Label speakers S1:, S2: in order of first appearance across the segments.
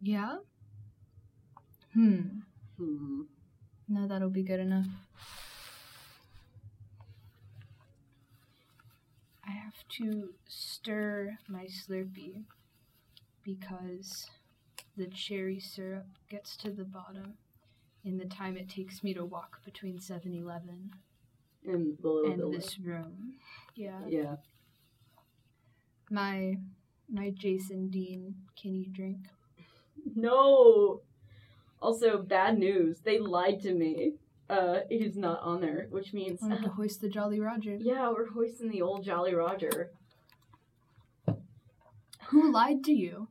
S1: Yeah. Hmm.
S2: hmm
S1: Now that'll be good enough. I have to stir my Slurpee because the cherry syrup gets to the bottom in the time it takes me to walk between 7 Eleven
S2: And the little
S1: and
S2: building.
S1: this room. Yeah.
S2: Yeah.
S1: My my Jason Dean Kenny drink.
S2: No. Also, bad news. They lied to me. Uh, it is not on there, which means
S1: Wanted to hoist the Jolly Roger.
S2: yeah, we're hoisting the old Jolly Roger.
S1: Who lied to you?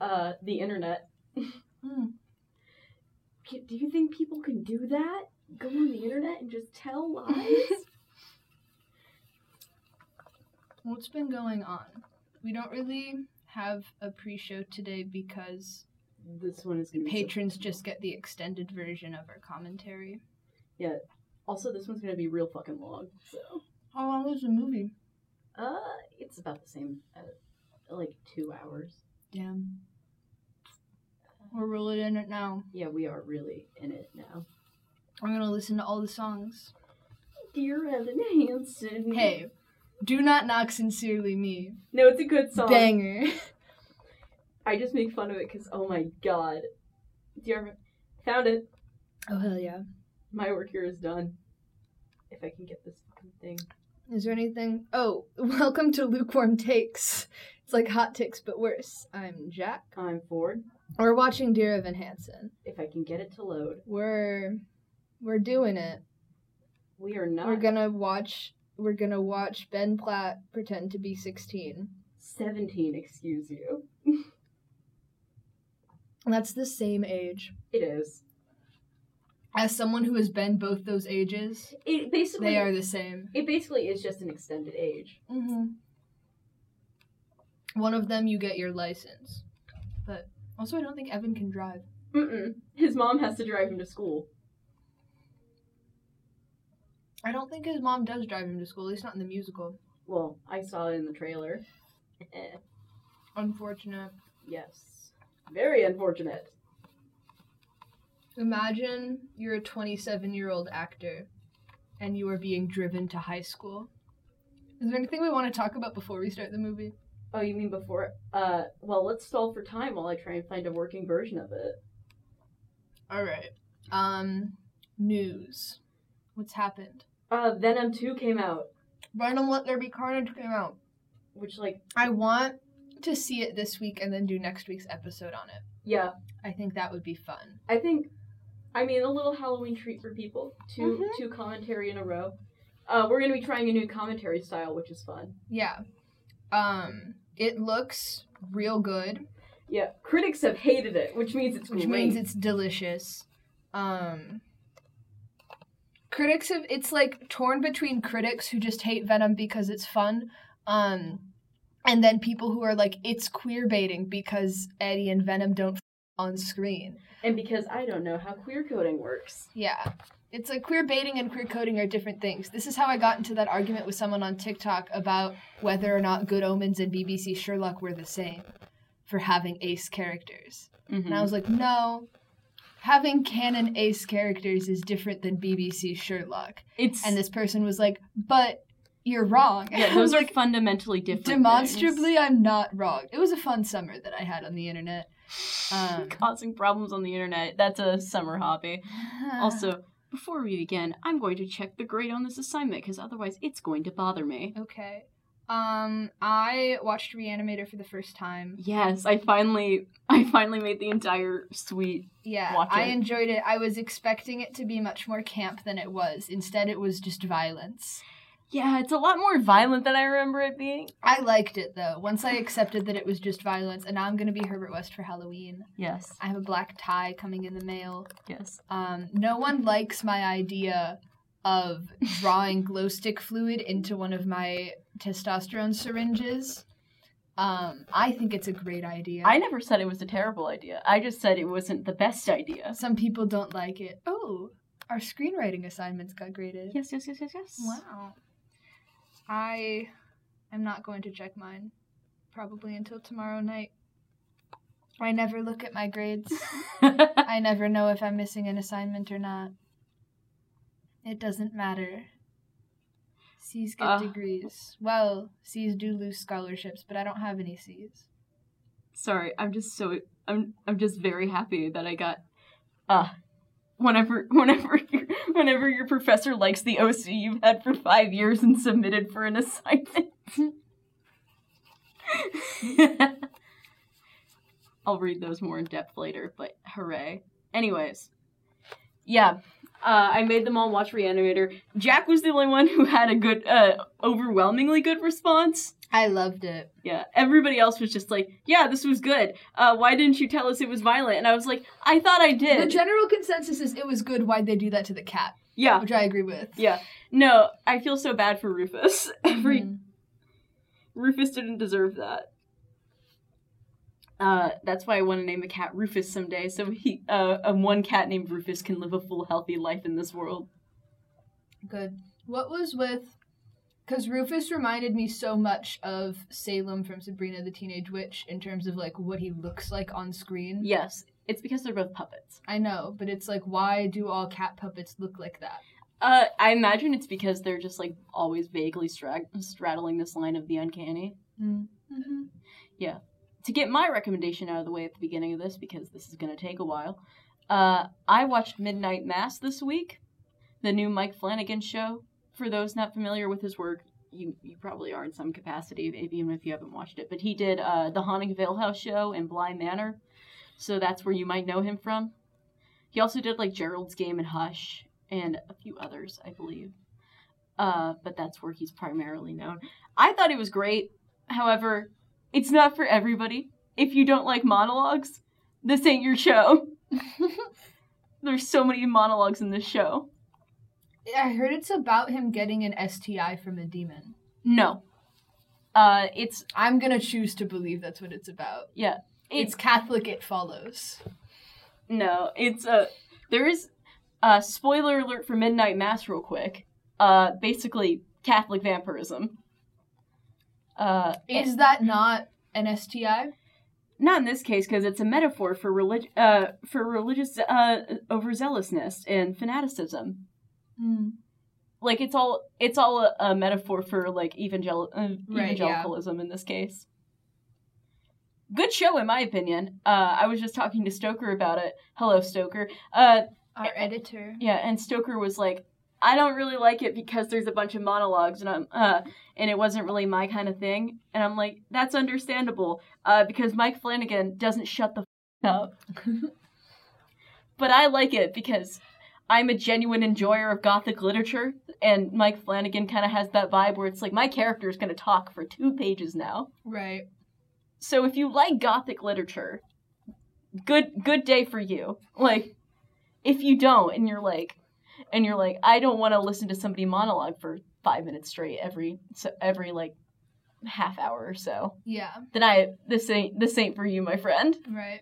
S2: Uh, the internet.
S1: Hmm.
S2: Can, do you think people can do that? Go on the internet and just tell lies?
S1: What's been going on? We don't really have a pre show today because
S2: this one is gonna be so-
S1: patrons just get the extended version of our commentary.
S2: also this one's gonna be real fucking long. So,
S1: How long was Oh, the movie?
S2: uh, it's about the same, uh, like two hours.
S1: Damn. We're rolling in it now.
S2: Yeah, we are really in it now.
S1: I'm gonna listen to all the songs.
S2: Dear Evan Hansen.
S1: Hey, do not knock sincerely me.
S2: No, it's a good song.
S1: Banger.
S2: I just make fun of it because oh my god, dear, found it.
S1: Oh hell yeah.
S2: My work here is done. If I can get this fucking thing,
S1: Is there anything? Oh, welcome to Lukewarm Takes. It's like hot takes, but worse. I'm Jack.
S2: I'm Ford.
S1: We're watching Dear Evan Hansen.
S2: If I can get it to load,
S1: We're we're doing it.
S2: we are not
S1: We're gonna watch. We're gonna watch Ben Platt pretend to be 16.
S2: seventeen. Excuse you.
S1: That's the same age
S2: It is.
S1: as someone who has been both those ages.
S2: It basically.
S1: They are the same.
S2: It basically is just an extended age.
S1: hmm One of them, you get your license, but also I don't think Evan can drive.
S2: Mm-mm. His mom has to drive him to school.
S1: I don't think his mom does drive him to school. At least not in the musical.
S2: Well, I saw it in the trailer. Eh,
S1: unfortunate.
S2: yes. Very unfortunate.
S1: Imagine you're a 27 year old actor and you are being driven to high school. Is there anything we want to talk about before we start the movie?
S2: Oh, you mean before? Uh, well, let's stall for time while I try and find a working version of it.
S1: All right. Um, news. What's happened?
S2: Uh, Venom 2 came out,
S1: Venom Let There Be Carnage came out.
S2: which, like,
S1: I want to see it this week and then do next week's episode on it.
S2: yeah,
S1: I think that would be fun.
S2: I think, I mean, a little Halloween treat for people. 2
S1: Mhm.
S2: two commentary in a row. Uh, we're gonna be trying a new commentary style, which is fun.
S1: Yeah. Um, it looks real good.
S2: Yeah, critics have hated it, which means it's
S1: which
S2: great.
S1: means it's delicious. Um, critics have it's like torn between critics who just hate Venom because it's fun, um, and then people who are like it's queer baiting because Eddie and Venom don't f- on screen.
S2: and because I don't know how queer coding works.
S1: Yeah. It's like queer baiting and queer coding are different things. This is how I got into that argument with someone on TikTok about whether or not Good Omens and BBC Sherlock were the same for having ace characters.
S2: Mm-hmm.
S1: And I was like, no, having canon ace characters is different than BBC Sherlock.
S2: it's
S1: And this person was like, but you're wrong.
S2: yeah,
S1: I was
S2: those are
S1: like,
S2: fundamentally different.
S1: demonstrably, I'm not wrong. It was a fun summer that I had on the internet.
S2: things.
S1: Um,
S2: causing problems on the internet. That's a summer hobby. Also, before we begin, I'm going to check the grade on this assignment because otherwise it's going to bother me.
S1: okay. Um, I watched Reanimator for the first time.
S2: Yes, I finally, I finally made the entire suite.
S1: Yeah,
S2: Watch
S1: I
S2: it.
S1: enjoyed it. I was expecting it to be much more camp than it was. Instead, it was just violence.
S2: Yeah, it's a lot more violent than I remember it being.
S1: I liked it though. Once I accepted that it was just violence, and now I'm gonna be Herbert West for Halloween.
S2: Yes,
S1: I have a black tie coming in the mail.
S2: yes.
S1: Um, no one likes my idea of drawing glow stick fluid into one of my testosterone syringes. Um, I think it's a great idea.
S2: I never said it was a terrible idea. I just said it wasn't the best idea.
S1: Some people don't like it. Oh, our screenwriting assignments got graded.
S2: Yes, yes, yes, yes, yes.
S1: Wow. I am not going to check mine probably until tomorrow night. I never look at my grades. I never know if I'm missing an assignment or not. It doesn't matter. C's get
S2: Ugh.
S1: degrees. Well, C's do lose scholarships, but I don't have any C's.
S2: Sorry, I'm just so I'm I'm just very happy that I got uh whenever whenever your whenever your professor likes the OC you've had for 5 years and submitted for an assignment. I'll read those more in depth later, but hooray. Anyways, yeah, uh, I made them all watch Reanimator. Jack was the only one who had a good, uh, overwhelmingly good response.
S1: I loved it.
S2: Yeah, everybody else was just like, "Yeah, this was good. Uh, why didn't you tell us it was violent?" And I was like, "I thought I
S1: The
S2: did."
S1: general consensus is it was good. Why'd they do that to the cat?
S2: yeah,
S1: Which I agree with.
S2: yeah. No, I feel so bad for Rufus. Every
S1: Mhm.
S2: Rufus didn't deserve that. Uh, that's why I want to name a cat Rufus someday, so he, uh, um, one cat named Rufus can live a full, healthy life in this world.
S1: Good. What was with. Because Rufus reminded me so much of Salem from Sabrina the Teenage Witch in terms of like what he looks like on screen.
S2: Yes, it's because they're both puppets.
S1: I know, but it's like, why do all cat puppets look like that?
S2: Uh, I imagine it's because they're just like always vaguely strag straddling this line of the uncanny.
S1: Mm-hmm.
S2: to get my recommendation out of the way at the beginning of this because this is going to take a while. Uh, I watched Midnight Mass this week, the new Mike Flanagan show. For those not familiar with his work, you you probably are in some capacity, maybe even if you haven't watched it. But he did uh, the Haunting of Hill House show and Bly Manor, so that's where you might know him from. He also did like Gerald's Game and Hush and a few others, I believe. Uh, but that's where he's primarily known. I thought it was great. However, it's not for everybody. If you don't like monologues, this ain't your show. There's so many monologues in this show.
S1: I heard it's about him getting an STI from a demon.
S2: No. Uh, it's
S1: I'm gonna choose to believe that's what it's about.
S2: yeah.
S1: It's Catholic, it follows.
S2: No, it's uh, there is uh, spoiler alert for Midnight Mass, real quick. Uh, basically Catholic vampirism. Uh,
S1: Is that not an STI?
S2: not in this case because it's a metaphor for relig- uh, for religious uh, overzealousness and fanaticism.
S1: Mm,
S2: like it's all it's all a, a metaphor for like evangel- uh,
S1: yeah.
S2: evangelicalism in this case. Good show, in my opinion. Uh, I was just talking to Stoker about it. Hello, Stoker. Uh,
S1: Our editor.
S2: yeah, and Stoker was like, "I don't really like it because there's a bunch of monologues, and I'm, uh, and it wasn't really my kind of thing." And I'm like, "That's understandable uh, because Mike Flanagan doesn't shut the f- up." but I like it because I'm a genuine enjoyer of gothic literature, and Mike Flanagan kind of has that vibe where it's like my character is going to talk for two pages now.
S1: Right.
S2: So if you like gothic literature, good good day for you. Like if you don't and you're like and you're like I don't want to listen to somebody monologue for 5 minutes straight every so every like half hour or so,
S1: Yeah.
S2: then I this ain't this ain't for you, my friend.
S1: Right.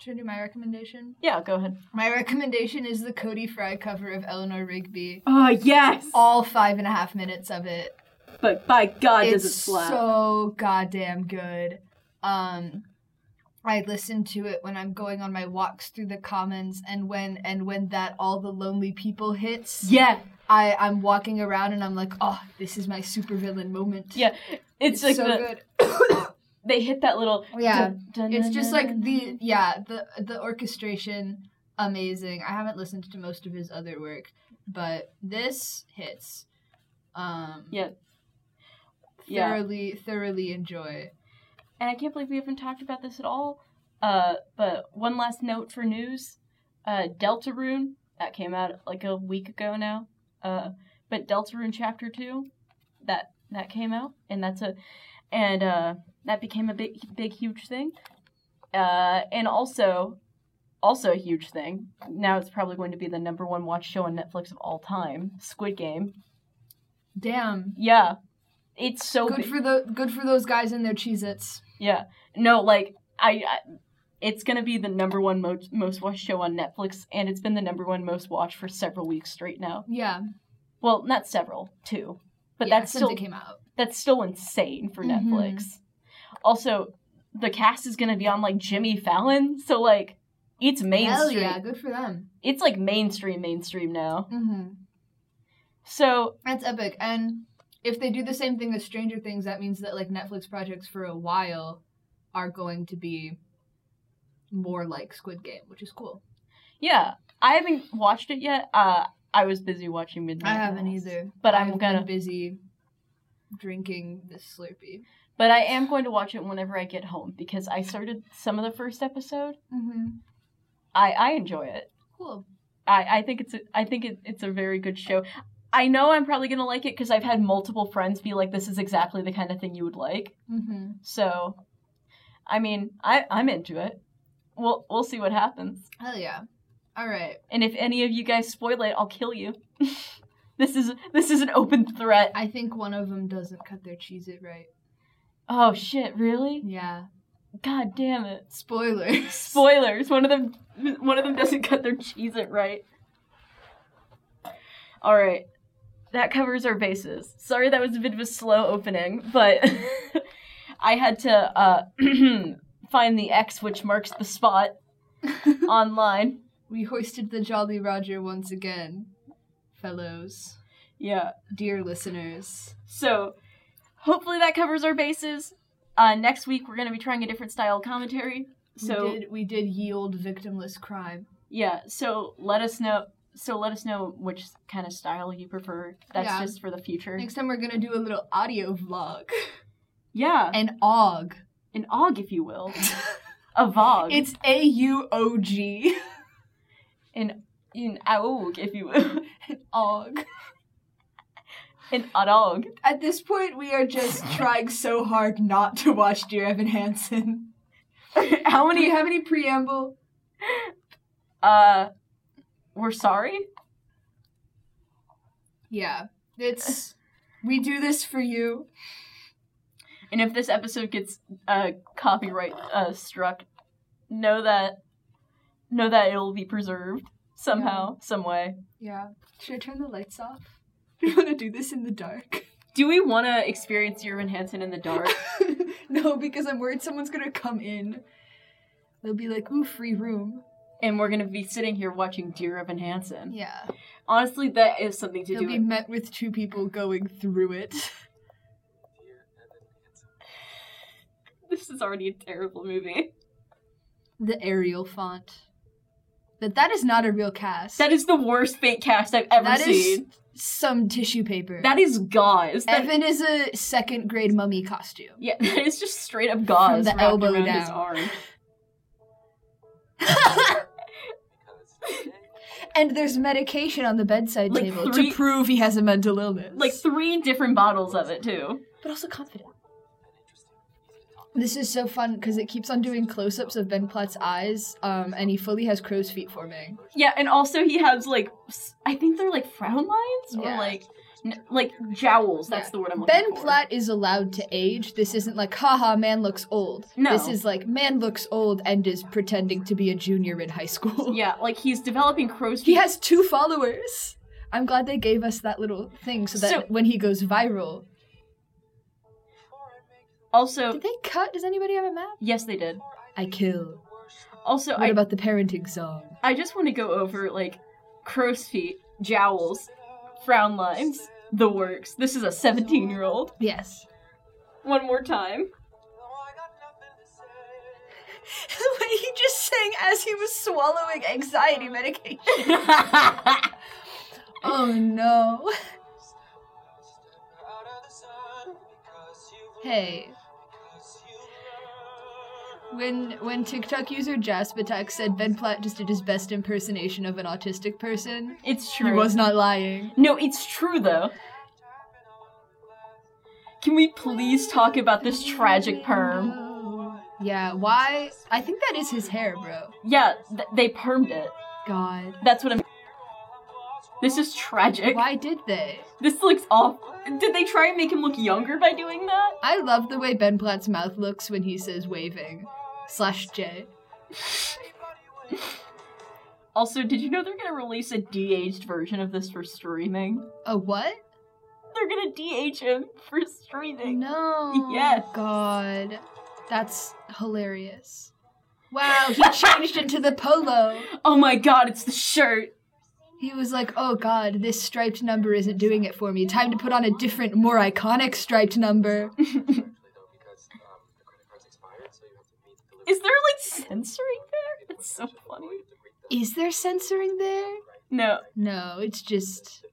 S1: Should I do my recommendation?
S2: Yeah, go ahead.
S1: My recommendation is the Cody Fry cover of Eleanor Rigby.
S2: Oh, yes.
S1: All five and a half minutes of it.
S2: But by god
S1: it's so goddamn good. Um, I listen to it when I'm going on my walks through the commons, and when and when that all the lonely people hits,
S2: yeah.
S1: I I'm walking around and I'm like, oh, this is my supervillain moment.
S2: Yeah, It's, like
S1: so
S2: the,
S1: good.
S2: they hit that little
S1: Yeah,
S2: dun- dun-
S1: it's
S2: dun-
S1: just
S2: dun-
S1: like
S2: dun-
S1: the yeah the the orchestration amazing. I haven't listened to most of his other work, but this hits. Um,
S2: Yeah. Yeah.
S1: thoroughly thoroughly enjoy.
S2: and I can't believe we haven't talked about this at all. Uh, but one last note for news: uh, Deltarune that came out like a week ago now. Uh, but Deltarune Chapter Two, that that came out, and that's a and uh, that became a big big huge thing. Uh, and also, also a huge thing. Now it's probably going to be the number one watch show on Netflix of all time: Squid Game.
S1: Damn,
S2: Yeah, it's so
S1: good
S2: big.
S1: for the good for those guys and their Cheez-Its.
S2: Yeah. No, like I, I it's going to be the number one mo- most watched show on Netflix and it's been the number one most watched for several weeks straight now.
S1: Yeah,
S2: Well, not several, two. But
S1: yeah,
S2: that's
S1: since
S2: still
S1: it came out. Mm-hmm.
S2: that's still insane for
S1: Mhm.
S2: Netflix. Also, the cast is gonna be on like Jimmy Fallon, so like it's
S1: Hell
S2: mainstream.
S1: yeah, good for them.
S2: It's like mainstream, mainstream now.
S1: Mm-hmm.
S2: So
S1: That's epic. And if they do the same thing as Stranger Things, that means that like Netflix projects for a while are going to be more like Squid Game, which is cool.
S2: yeah, I haven't watched it yet. Uh, I was busy watching Midnight.
S1: I haven't
S2: Mass.
S1: either,
S2: But I'm
S1: I've
S2: gonna-
S1: been busy drinking this Slurpee.
S2: But I am going to watch it whenever I get home because I started some of the first episode.
S1: Mm-hmm.
S2: I I enjoy it.
S1: Cool.
S2: I, I think it's a, I think it, it's a very good show. I know I'm probably gonna like it because I've had multiple friends be like, "This is exactly the kind of thing you would like."
S1: Mm-hmm.
S2: So, I mean, I I'm into it. We'll we'll see what happens.
S1: Hell yeah. All right.
S2: And if any of you guys spoil it, I'll kill you. this is this is an open threat.
S1: I think one of them doesn't cut their cheese it right.
S2: Oh shit! Really?
S1: Yeah.
S2: God damn it!
S1: Spoilers.
S2: Spoilers. One of them one of them doesn't cut their cheese it right. All right. That covers our bases. Sorry that was a bit of a slow opening, but I had to uh, find the X which marks the spot online.
S1: we hoisted the Jolly Roger once again, fellows,
S2: Yeah.
S1: dear listeners.
S2: So hopefully that covers our bases. Uh, next week we're going to be trying a different style of commentary. So
S1: we did, we did yield victimless crime.
S2: Yeah, so let us know so let us know which kind of style you prefer. That's
S1: Yeah.
S2: just for the future.
S1: Next time we're gonna do a little audio vlog,
S2: Yeah,
S1: an og.
S2: an og if you will. A vog.
S1: It's a u o g
S2: an an aog if you will.
S1: og.
S2: an adog.
S1: At this point, we are just trying so hard not to watch Dear Evan Hansen.
S2: How
S1: Do you
S2: many
S1: have any preamble?
S2: uh we're sorry?
S1: Yeah, it's we do this for you.
S2: And if this episode gets uh copyright uh struck, know that know that it'll be preserved somehow, some way.
S1: Yeah. Should I turn the lights off? Do you want to do this in the dark?
S2: Do we want to experience Urban Hansen in the dark?
S1: no, because I'm worried someone's gonna come in. They'll be like, ooh, free room.
S2: and we're gonna be sitting here watching Dear Evan Hansen.
S1: Yeah.
S2: Honestly, that is something to
S1: They'll
S2: do.
S1: be
S2: with-
S1: met with two people going through it.
S2: This is already a terrible movie.
S1: The Arial font. But that is not a real cast.
S2: That is the worst fake cast I've ever
S1: That is-
S2: seen.
S1: some tissue paper.
S2: That is gauze. That-
S1: Evan is a second grade mummy costume.
S2: yeah, that is just straight up gauze
S1: the
S2: wrapped
S1: elbow
S2: around his
S1: down.
S2: arm.
S1: and there's medication on the bedside
S2: Like
S1: table
S2: three-
S1: to prove he has a mental illness.
S2: Like three different bottles of it too.
S1: but also confident. This is so fun because it keeps on doing close-ups of Ben Platt's eyes, um, and he fully has crow's feet forming.
S2: Yeah, and also he has like s- I think they're like frown lines or
S1: Yeah.
S2: like n- like jowls. That's
S1: Yeah.
S2: the word I'm looking
S1: Ben
S2: for.
S1: Platt is allowed to age. This isn't like, haha, man looks old.
S2: No.
S1: This is like, man looks old and is pretending to be a junior in high school.
S2: Yeah, like he's developing crow's
S1: He
S2: feet.
S1: has two followers. I'm glad they gave us that little thing so that
S2: So-
S1: when he goes viral.
S2: also,
S1: Did they cut? Does anybody have a map?
S2: yes, they did.
S1: Oh. I kill.
S2: Also,
S1: What
S2: I
S1: about the parenting song?
S2: I just want to go over like crow's feet, jowls, frown lines, the works. This is a 17 year old.
S1: Yes.
S2: One more time.
S1: the way he just sang as he was swallowing anxiety medication. Oh no. Hey. When when TikTok user Jaspatech said Ben Platt just did his best impersonation of an autistic person,
S2: it's true.
S1: he was not lying.
S2: No, it's true though. Can we please talk about this tragic perm?
S1: Yeah, why? I think that is his hair, bro.
S2: Yeah, th- they permed it.
S1: God.
S2: That's what I'm. This is tragic.
S1: Why did they?
S2: This looks off. Did they try and make him look younger by doing that?
S1: I love the way Ben Platt's mouth looks when he says waving. Slash J.
S2: Also, did you know they're gonna release a de-aged version of this for streaming?
S1: A what?
S2: They're gonna de-age him for streaming.
S1: No.
S2: Yes.
S1: God. That's hilarious. Wow, he changed into the polo.
S2: Oh my god, it's the shirt.
S1: He was like, oh god, this striped number isn't doing it for me. Time to put on a different, more iconic striped number. um,
S2: Is there like censoring there? That's so funny.
S1: Is there censoring there?
S2: No,
S1: No, it's just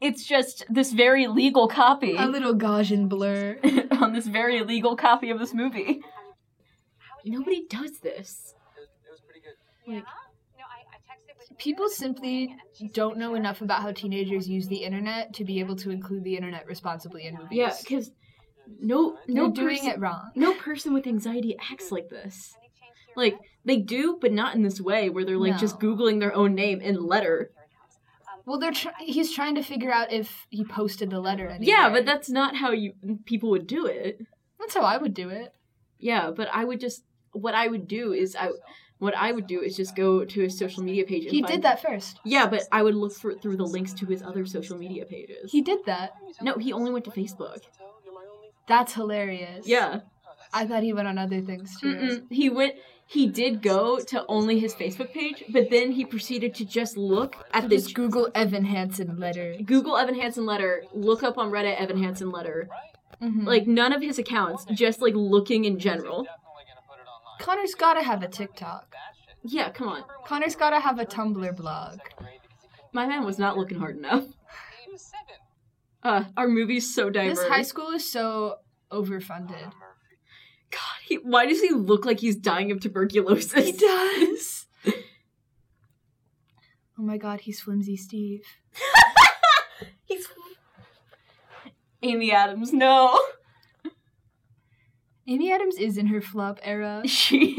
S2: it's just this very legal copy
S1: a little Gaussian blur.
S2: on this very legal copy of this movie. Nobody does this.
S3: Yeah? No, I, I texted with
S1: People simply don't know enough about how teenagers use the internet to be able to include the internet responsibly in movies.
S2: Yeah, because no,
S1: They're
S2: no
S1: doing
S2: person,
S1: it wrong.
S2: no person with anxiety acts like this. Like they do, but not in this way where they're like just
S1: No.
S2: googling their own name and letter.
S3: Um,
S1: Well, they're tr- he's trying to figure out if he posted the letter. Anywhere.
S2: Yeah, but that's not how you people would do it.
S1: that's how I would do it.
S2: Yeah, but I would just what I would do is I what I would do is just go to his social media page. And
S1: He
S2: find-
S1: did that first.
S2: Yeah, but I would look for through the links to his other social media pages.
S1: He did that.
S2: uh, no, he only went to Facebook.
S1: That's hilarious.
S2: Yeah,
S1: I thought he went on other things too.
S2: Mm-mm. he went. He did go to only his Facebook page, but then he proceeded to just look at the
S1: Just Google Evan Hansen letter.
S2: Google Evan Hansen letter, look up on Reddit Evan Hansen letter.
S1: Mhm.
S2: Like none of his accounts, just like looking in general.
S1: Connor's gotta have a TikTok.
S2: Yeah, come on.
S1: Connor's gotta have a Tumblr blog.
S2: My man was not looking hard enough. Uh, our movie's so diverse.
S1: This high school is so overfunded.
S2: God, he, why does he look like he's dying of tuberculosis?
S1: He does. oh my god, he's flimsy Steve.
S2: He's Amy Adams. No,
S1: Amy Adams is in her flop era.
S2: she.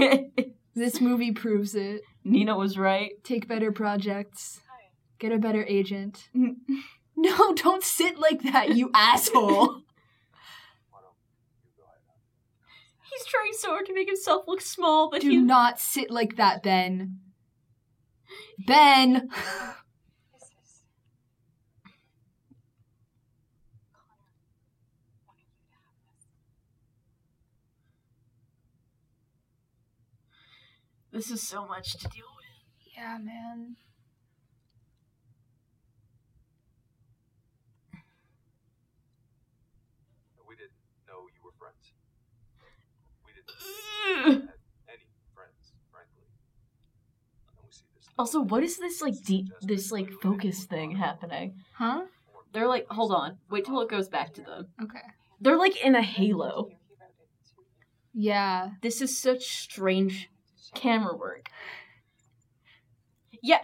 S1: This movie proves it.
S2: Nina was right.
S1: Take better projects. Get a better agent. No, don't sit like that, you asshole.
S2: He's trying so hard to make himself look small, but he.
S1: Do not sit like that, Ben. Ben!
S2: This is so much to deal with.
S1: Yeah, man.
S4: We didn't know you were friends. We didn't
S2: Ugh.
S4: have any friends, frankly. And we see this.
S2: Also, what is this like deep? This like focus thing happening?
S1: Huh?
S2: They're like, hold on, wait till it goes back to them.
S1: Okay.
S2: They're like in a halo.
S1: Yeah.
S2: This is such strange camera work. Yeah,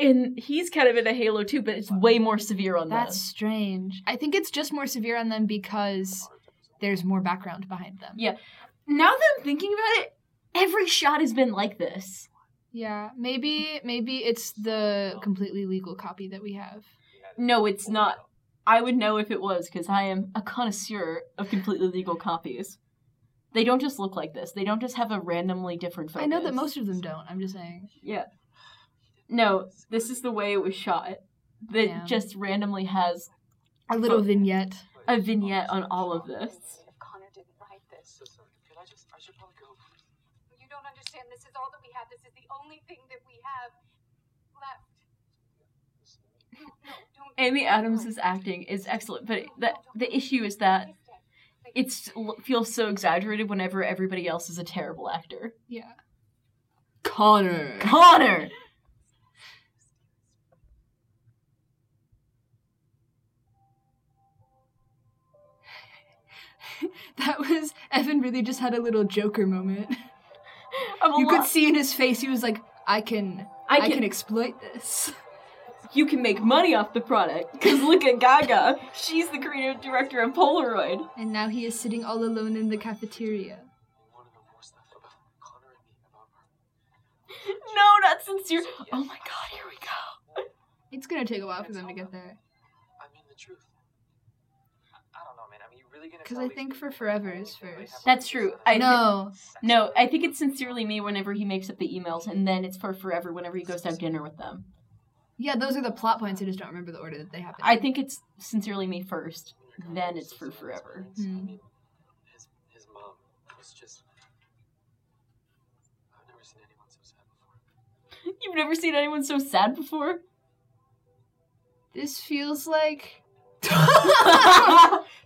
S2: and he's kind of in a halo too, but it's way more severe on that.
S1: That's strange. I think it's just more severe on them because there's more background behind them.
S2: Yeah. Now that I'm thinking about it, every shot has been like this.
S1: Yeah, maybe maybe it's the completely legal copy that we have.
S2: No, it's not. I would know if it was because I am a connoisseur of completely legal copies. They don't just look like this. They don't just have a randomly different focus.
S1: I know that most of them don't. I'm just saying.
S2: Yeah. No, this is the way it was shot. That
S1: Yeah.
S2: just randomly has
S1: A little vignette.
S2: a vignette on all of this.
S3: If Connor didn't write this,
S4: So sorry. Could I just? I should probably go.
S3: you don't understand. This is all that we have. This is the only thing that we have left. No, no, don't.
S2: Amy Adams' acting is excellent, but the the issue is that it's feels so exaggerated whenever everybody else is a terrible actor.
S1: Yeah. Connor.
S2: Connor.
S1: That was Evan really just had a little Joker moment.
S2: I'm a
S1: You could
S2: lot-
S1: see in his face he was like, I can I can, exploit this.
S2: you can make money off the product because look at Gaga. She's the creative director of Polaroid.
S1: And now he is sitting all alone in the cafeteria.
S4: You want to know more stuff about Connor and me about her?
S2: No, not sincere. Oh my god, here we go.
S1: It's gonna take a while for them to get there.
S4: I mean the truth. I, I don't know, man. I mean, you really gonna?
S1: 'Cause
S4: tell
S1: I
S4: these
S1: think
S4: people
S1: for Forever
S4: that
S1: is
S4: they really
S1: first.
S4: have a
S2: That's true.
S4: reason?
S2: I
S1: No.
S2: No, I think it's sincerely me whenever he makes up the emails, and then it's for forever whenever he goes to have dinner with them.
S1: Yeah, those are the plot points. I just don't remember the order that they happen.
S2: I think it's sincerely me
S1: Hmm.
S2: first, then it's for forever.
S4: His, his mom was just never seen anyone so sad before.
S2: You've never seen anyone so sad before.
S1: This feels like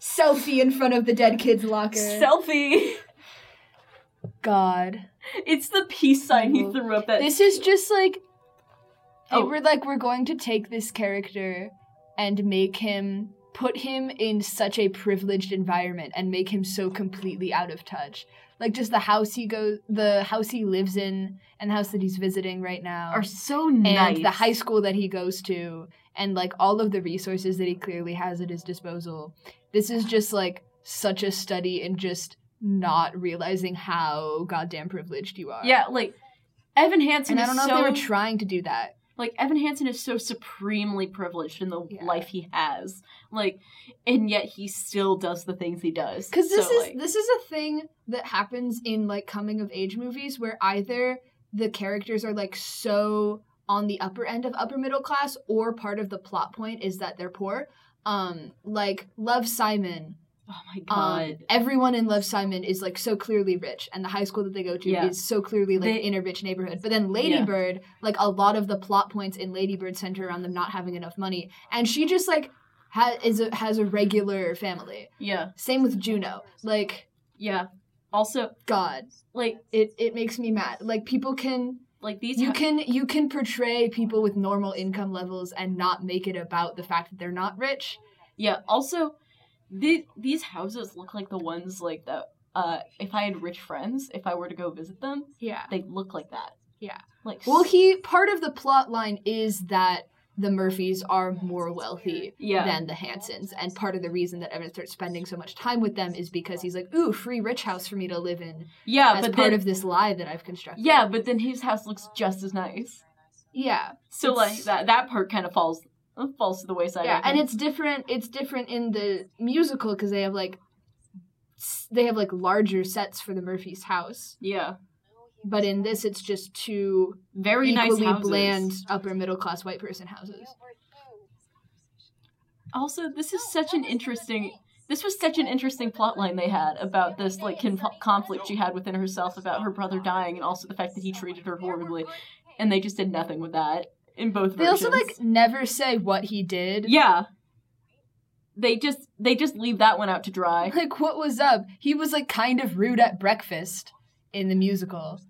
S1: selfie in front of the dead kid's locker.
S2: Selfie.
S1: God.
S2: It's the peace sign he
S1: Mhm.
S2: threw up at.
S1: This is just like they
S2: Oh.
S1: we're like we're going to take this character and make him put him in such a privileged environment and make him so completely out of touch. Like just the house he goes the house he lives in and the house that he's visiting right now.
S2: are so
S1: and
S2: nice.
S1: the high school that he goes to and like all of the resources that he clearly has at his disposal. This is just like such a study in just not realizing how goddamn privileged you are.
S2: Yeah, like Evan Hansen
S1: And I don't know
S2: is
S1: if they
S2: so
S1: were trying to do that.
S2: like Evan Hansen is so supremely privileged in the
S1: Yeah.
S2: life he has. Like and yet he still does the things he does.
S1: Because this
S2: So,
S1: is
S2: like,
S1: this is a thing that happens in like coming of age movies where either the characters are like so on the upper end of upper middle class or part of the plot point is that they're poor. Um like Love Simon.
S2: Oh my god.
S1: Um, everyone in Love Simon is like so clearly rich and the high school that they go to
S2: Yeah.
S1: is so clearly like
S2: They-
S1: in a rich neighborhood. But then
S2: Yeah.
S1: Lady Bird, like a lot of the plot points in Lady Bird center around them not having enough money and she just like ha- is a, has a regular family.
S2: yeah.
S1: Same with Juno. Like
S2: Yeah. Also
S1: God,
S2: like
S1: it it makes me mad. Like people can
S2: like these
S1: you
S2: hi-
S1: can you can portray people with normal income levels and not make it about the fact that they're not rich.
S2: Yeah, also the, these houses look like the ones like that uh if I had rich friends, if I were to go visit them,
S1: Yeah.
S2: they look like that.
S1: Yeah.
S2: Like
S1: Well, he part of the plot line is that the Murphys are more wealthy
S2: yeah.
S1: than the Hansons, and part of the reason that Evan starts spending so much time with them is because he's like, "Ooh, free rich house for me to live in,"
S2: yeah,
S1: as
S2: but
S1: part
S2: then
S1: of this lie that I've constructed.
S2: yeah, but then his house looks just as nice.
S1: yeah.
S2: So
S1: It's-
S2: like that that part kind of falls uh, falls to the wayside.
S1: yeah
S2: I
S1: and
S2: think.
S1: it's different it's different in the musical because they have like s- they have like larger sets for the murphy's house
S2: yeah,
S1: but in this it's just two
S2: very nice
S1: equally
S2: houses.
S1: bland upper middle class white person houses
S2: Also, this
S5: Oh,
S2: is such an interesting. This was such an interesting plot line they had about this like con- conflict she had within herself about her brother dying and also the fact that he treated her horribly, and they just did nothing with that in both.
S1: they also
S2: versions.
S1: like never say what he did
S2: yeah. They just they just leave that one out to dry.
S1: like what was up he was like kind of rude at breakfast in the musical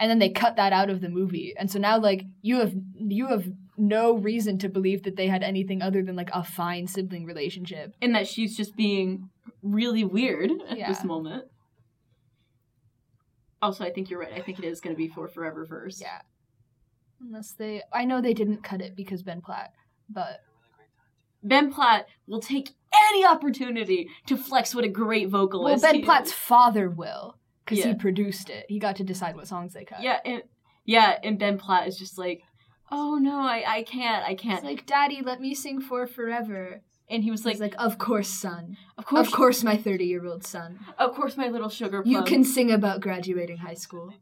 S1: and then they cut that out of the movie and so now like you have you have no reason to believe that they had anything other than like a fine sibling relationship
S2: and that she's just being really weird at
S1: Yeah.
S2: this moment. Also, I think you're right. I think it is going to be for Forever Verse.
S1: Yeah. Unless they, I know they didn't cut it because Ben Platt, but
S2: Ben Platt will take any opportunity to flex what a great
S1: well,
S2: vocalist.
S1: Ben
S2: he
S1: Platt's
S2: is.
S1: father will because
S2: Yeah.
S1: he produced it. He got to decide what songs they cut.
S2: yeah, and, yeah, and Ben Platt is just like, oh no, I, I can't, I
S1: It's
S2: can't.
S1: like, Daddy, let me sing for forever.
S2: and he was
S1: Like,
S2: like,
S1: He's like, of course, son.
S2: of course,
S1: of course, my thirty-year-old son.
S2: of course, my little sugar plum.
S1: You can sing about graduating high school.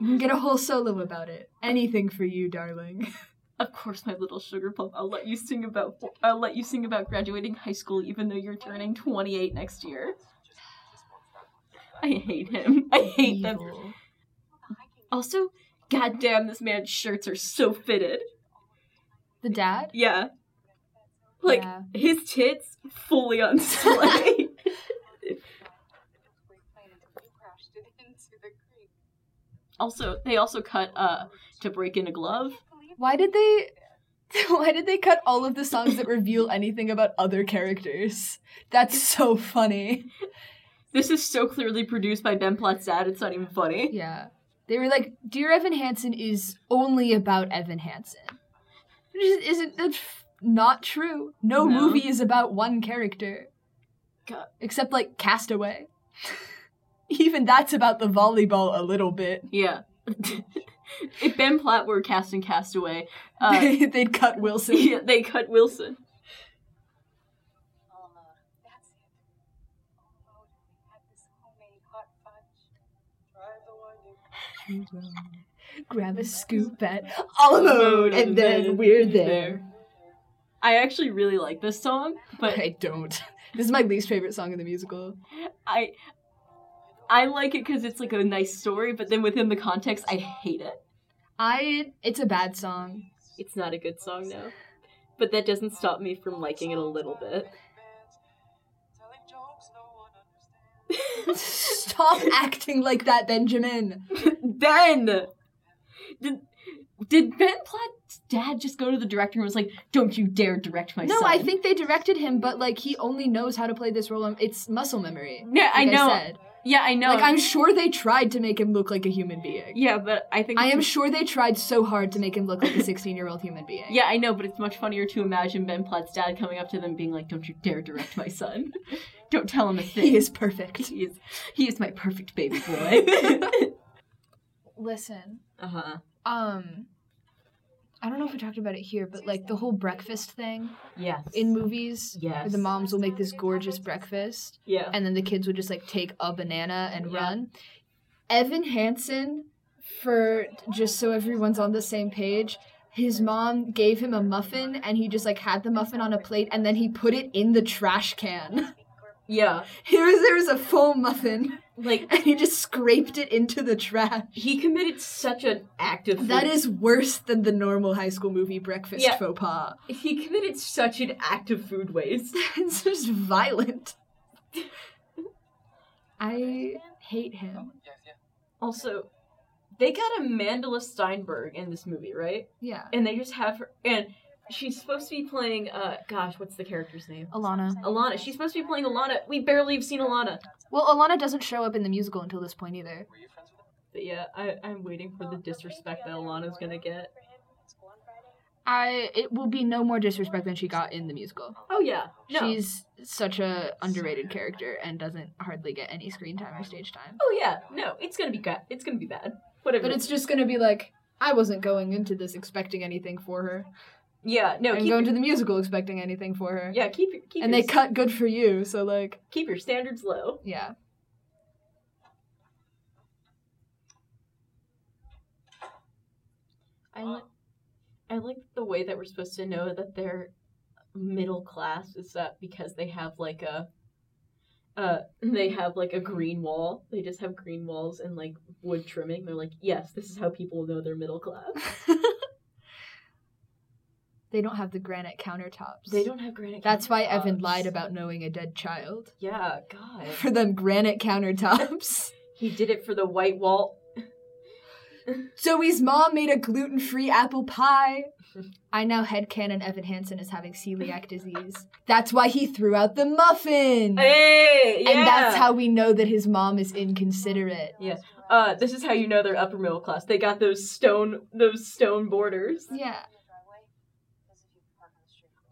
S1: You can get a whole solo about it. Anything for you, darling.
S2: Of course, my little sugar plum. I'll let you sing about. I'll let you sing about graduating high school, even though you're turning 28 next year. I hate him. I hate them.
S1: Evil.
S2: Also, goddamn, this man's shirts are so fitted.
S1: The dad.
S2: Yeah, like
S1: Yeah.
S2: his tits fully on display. also, they also cut uh to break in a glove.
S1: Why did they? Why did they cut all of the songs that reveal anything about other characters? That's so funny.
S2: This is so clearly produced by Ben Platt's dad. It's not even funny.
S1: Yeah. They were like, Dear Evan Hansen is only about Evan Hansen. Which is- isn't that's f- not true. No,
S2: No.
S1: movie is about one character.
S2: God.
S1: Except like Castaway. Even that's about the volleyball a little bit.
S2: Yeah. if Ben Platt were cast in Castaway, uh,
S1: They'd cut Wilson.
S2: yeah, they cut Wilson.
S1: Grab a scoop at Alamode, and then we're there.
S2: I actually really like this song, but
S1: I don't. This is my least favorite song in the musical.
S2: I I like it because it's like a nice story, but then within the context, I hate it.
S1: I it's a bad song.
S2: It's not a good song now. But that doesn't stop me from liking it a little bit.
S4: Telling jokes no one understands.
S1: Stop acting like that, Benjamin.
S2: Ben! Did, did Ben Platt's dad just go to the director and was like, don't you dare direct my
S1: no,
S2: son?
S1: I think they directed him, but like he only knows how to play this role. In, it's muscle memory.
S2: Yeah, I
S1: like
S2: know.
S1: said.
S2: yeah, I know.
S1: Like I'm sure they tried to make him look like a human being.
S2: yeah, but I think.
S1: I am
S2: it's-
S1: sure they tried so hard to make him look like a 16-year-old human being.
S2: Yeah, I know, but it's much funnier to imagine Ben Platt's dad coming up to them being like, don't you dare direct my son. don't tell him a thing.
S1: He is perfect.
S2: He is, he is my perfect baby boy.
S1: Listen,
S2: uh huh.
S1: um I don't know if we talked about it here, but like the whole breakfast thing
S2: Yes.
S1: in movies where
S2: Yes.
S1: the moms will make this gorgeous breakfast
S2: yeah.
S1: and then the kids would just like take a banana and
S2: Yeah.
S1: run. Evan Hansen, for just so everyone's on the same page, his mom gave him a muffin and he just like had the muffin on a plate and then he put it in the trash can.
S2: yeah.
S1: Here was there was a full muffin
S2: Like,
S1: and he just scraped it into the trash.
S2: he committed such an act of
S1: That is worse than the normal high school movie breakfast
S2: Yeah.
S1: faux pas.
S2: he committed such an act of food waste.
S1: it's just violent. I hate him.
S4: Yes, yeah.
S2: Also, they got a Mandela Steinberg in this movie, right?
S1: Yeah.
S2: And they just have her, and she's supposed to be playing. Uh, gosh, what's the character's name?
S1: Alana.
S2: Alana. She's supposed to be playing Alana. We barely have seen Alana.
S1: Well, Alana doesn't show up in the musical until this point either.
S4: Were you friends with him?
S2: But yeah, I, I'm waiting for the disrespect that Alana's gonna get.
S1: I it will be no more disrespect than she got in the musical.
S2: Oh yeah, no.
S1: She's such a underrated character and doesn't hardly get any screen time or stage time.
S2: oh yeah, no. It's gonna be good. It's gonna be bad. Whatever.
S1: But it's just gonna be like I wasn't going into this expecting anything for her.
S2: yeah, no.
S1: I'm
S2: Keep,
S1: going to the musical expecting anything for her.
S2: yeah, keep your keep
S1: and
S2: your,
S1: they cut good for you, so like
S2: keep your standards low.
S1: yeah.
S2: I like, I like the way that we're supposed to know that they're middle class is that because they have like a, uh, they have like a green wall. They just have green walls and like wood trimming. They're like, yes, this is how people know they're middle class.
S1: They don't have the granite countertops.
S2: They don't have granite.
S1: That's why
S2: countertops.
S1: Evan lied about knowing a dead child.
S2: Yeah, God,
S1: For them granite countertops.
S2: he did it for the white wall.
S1: Zoe's mom made a gluten-free apple pie. I now headcanon Evan Hansen is having celiac disease. That's why he threw out the muffin.
S2: Hey, Oh, yeah.
S1: And that's how we know that his mom is inconsiderate.
S2: Yeah. Uh, this is how you know they're upper middle class. They got those stone, those stone borders.
S1: Yeah.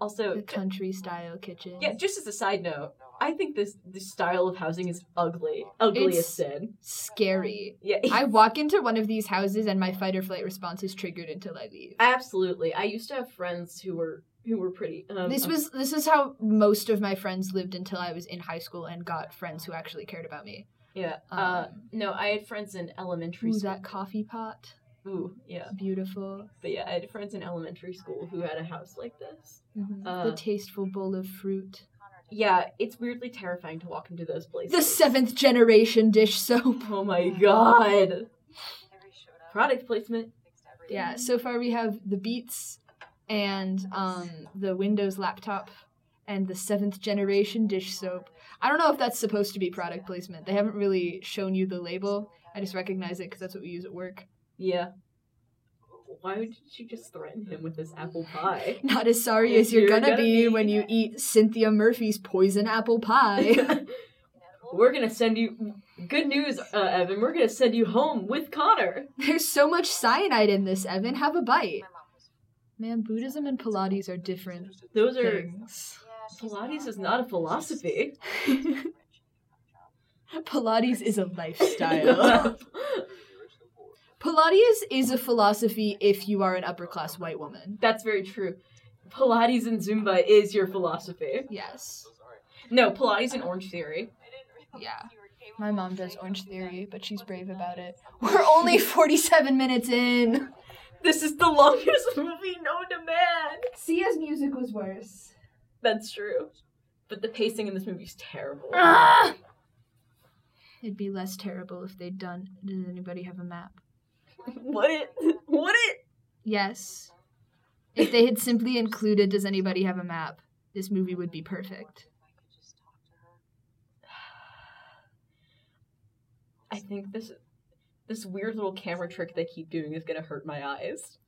S2: Also,
S1: The country style kitchen.
S2: Oh, Yeah, just as a side note, I think this this style of housing is ugly. Ugly as
S1: It's-
S2: sin.
S1: Scary.
S2: Yeah.
S1: I walk into one of these houses and my fight or flight response is triggered until I leave.
S2: absolutely. I used to have friends who were who were pretty. Um,
S1: This
S2: um,
S1: was this is how most of my friends lived until I was in high school and got friends who actually cared about me.
S2: yeah.
S1: Um,
S2: uh, no, I had friends in elementary
S1: Ooh,
S2: school.
S1: that coffee pot,
S2: Ooh, yeah.
S1: beautiful.
S2: But yeah, I had friends in elementary school who had a house like this.
S1: Mm-hmm. the
S2: Uh,
S1: tasteful bowl of fruit.
S2: Yeah, it's weirdly terrifying to walk into those places.
S1: The seventh generation dish soap.
S2: oh my god. Product placement.
S1: Yeah, so far we have the Beats and um, the Windows laptop and the seventh generation dish soap. I don't know if that's supposed to be product placement. They haven't really shown you the label. I just recognize it because that's what we use at work.
S2: Yeah. Why would you just threaten him with this apple pie?
S1: Not as sorry
S2: Yes,
S1: as you're,
S2: you're
S1: gonna,
S2: gonna
S1: be,
S2: be.
S1: when you eat Cynthia Murphy's poison apple pie.
S2: we're gonna send you good news uh, evan we're gonna send you home with connor
S1: There's so much cyanide in this, Evan. Have a bite. Man, Buddhism and Pilates are different
S2: those are
S1: things.
S2: pilates is not a philosophy
S1: Pilates is a lifestyle. Pilates is a philosophy if you are an upper class white woman.
S2: that's very true pilates and zumba is your philosophy
S1: Yes.
S2: no pilates and orange theory
S1: Yeah. My mom does Orange Theory, but she's brave about it. We're only 47 minutes in.
S2: this is the longest movie known to man
S1: Sia's music was worse.
S2: that's true but the pacing in this movie is terrible
S1: It'd be less terrible if they'd done. Does anybody have a map?
S2: Would it? Would it?
S1: Yes. If they had simply included, does anybody have a map? This movie would be perfect.
S2: I think this this weird little camera trick they keep doing is gonna hurt my eyes.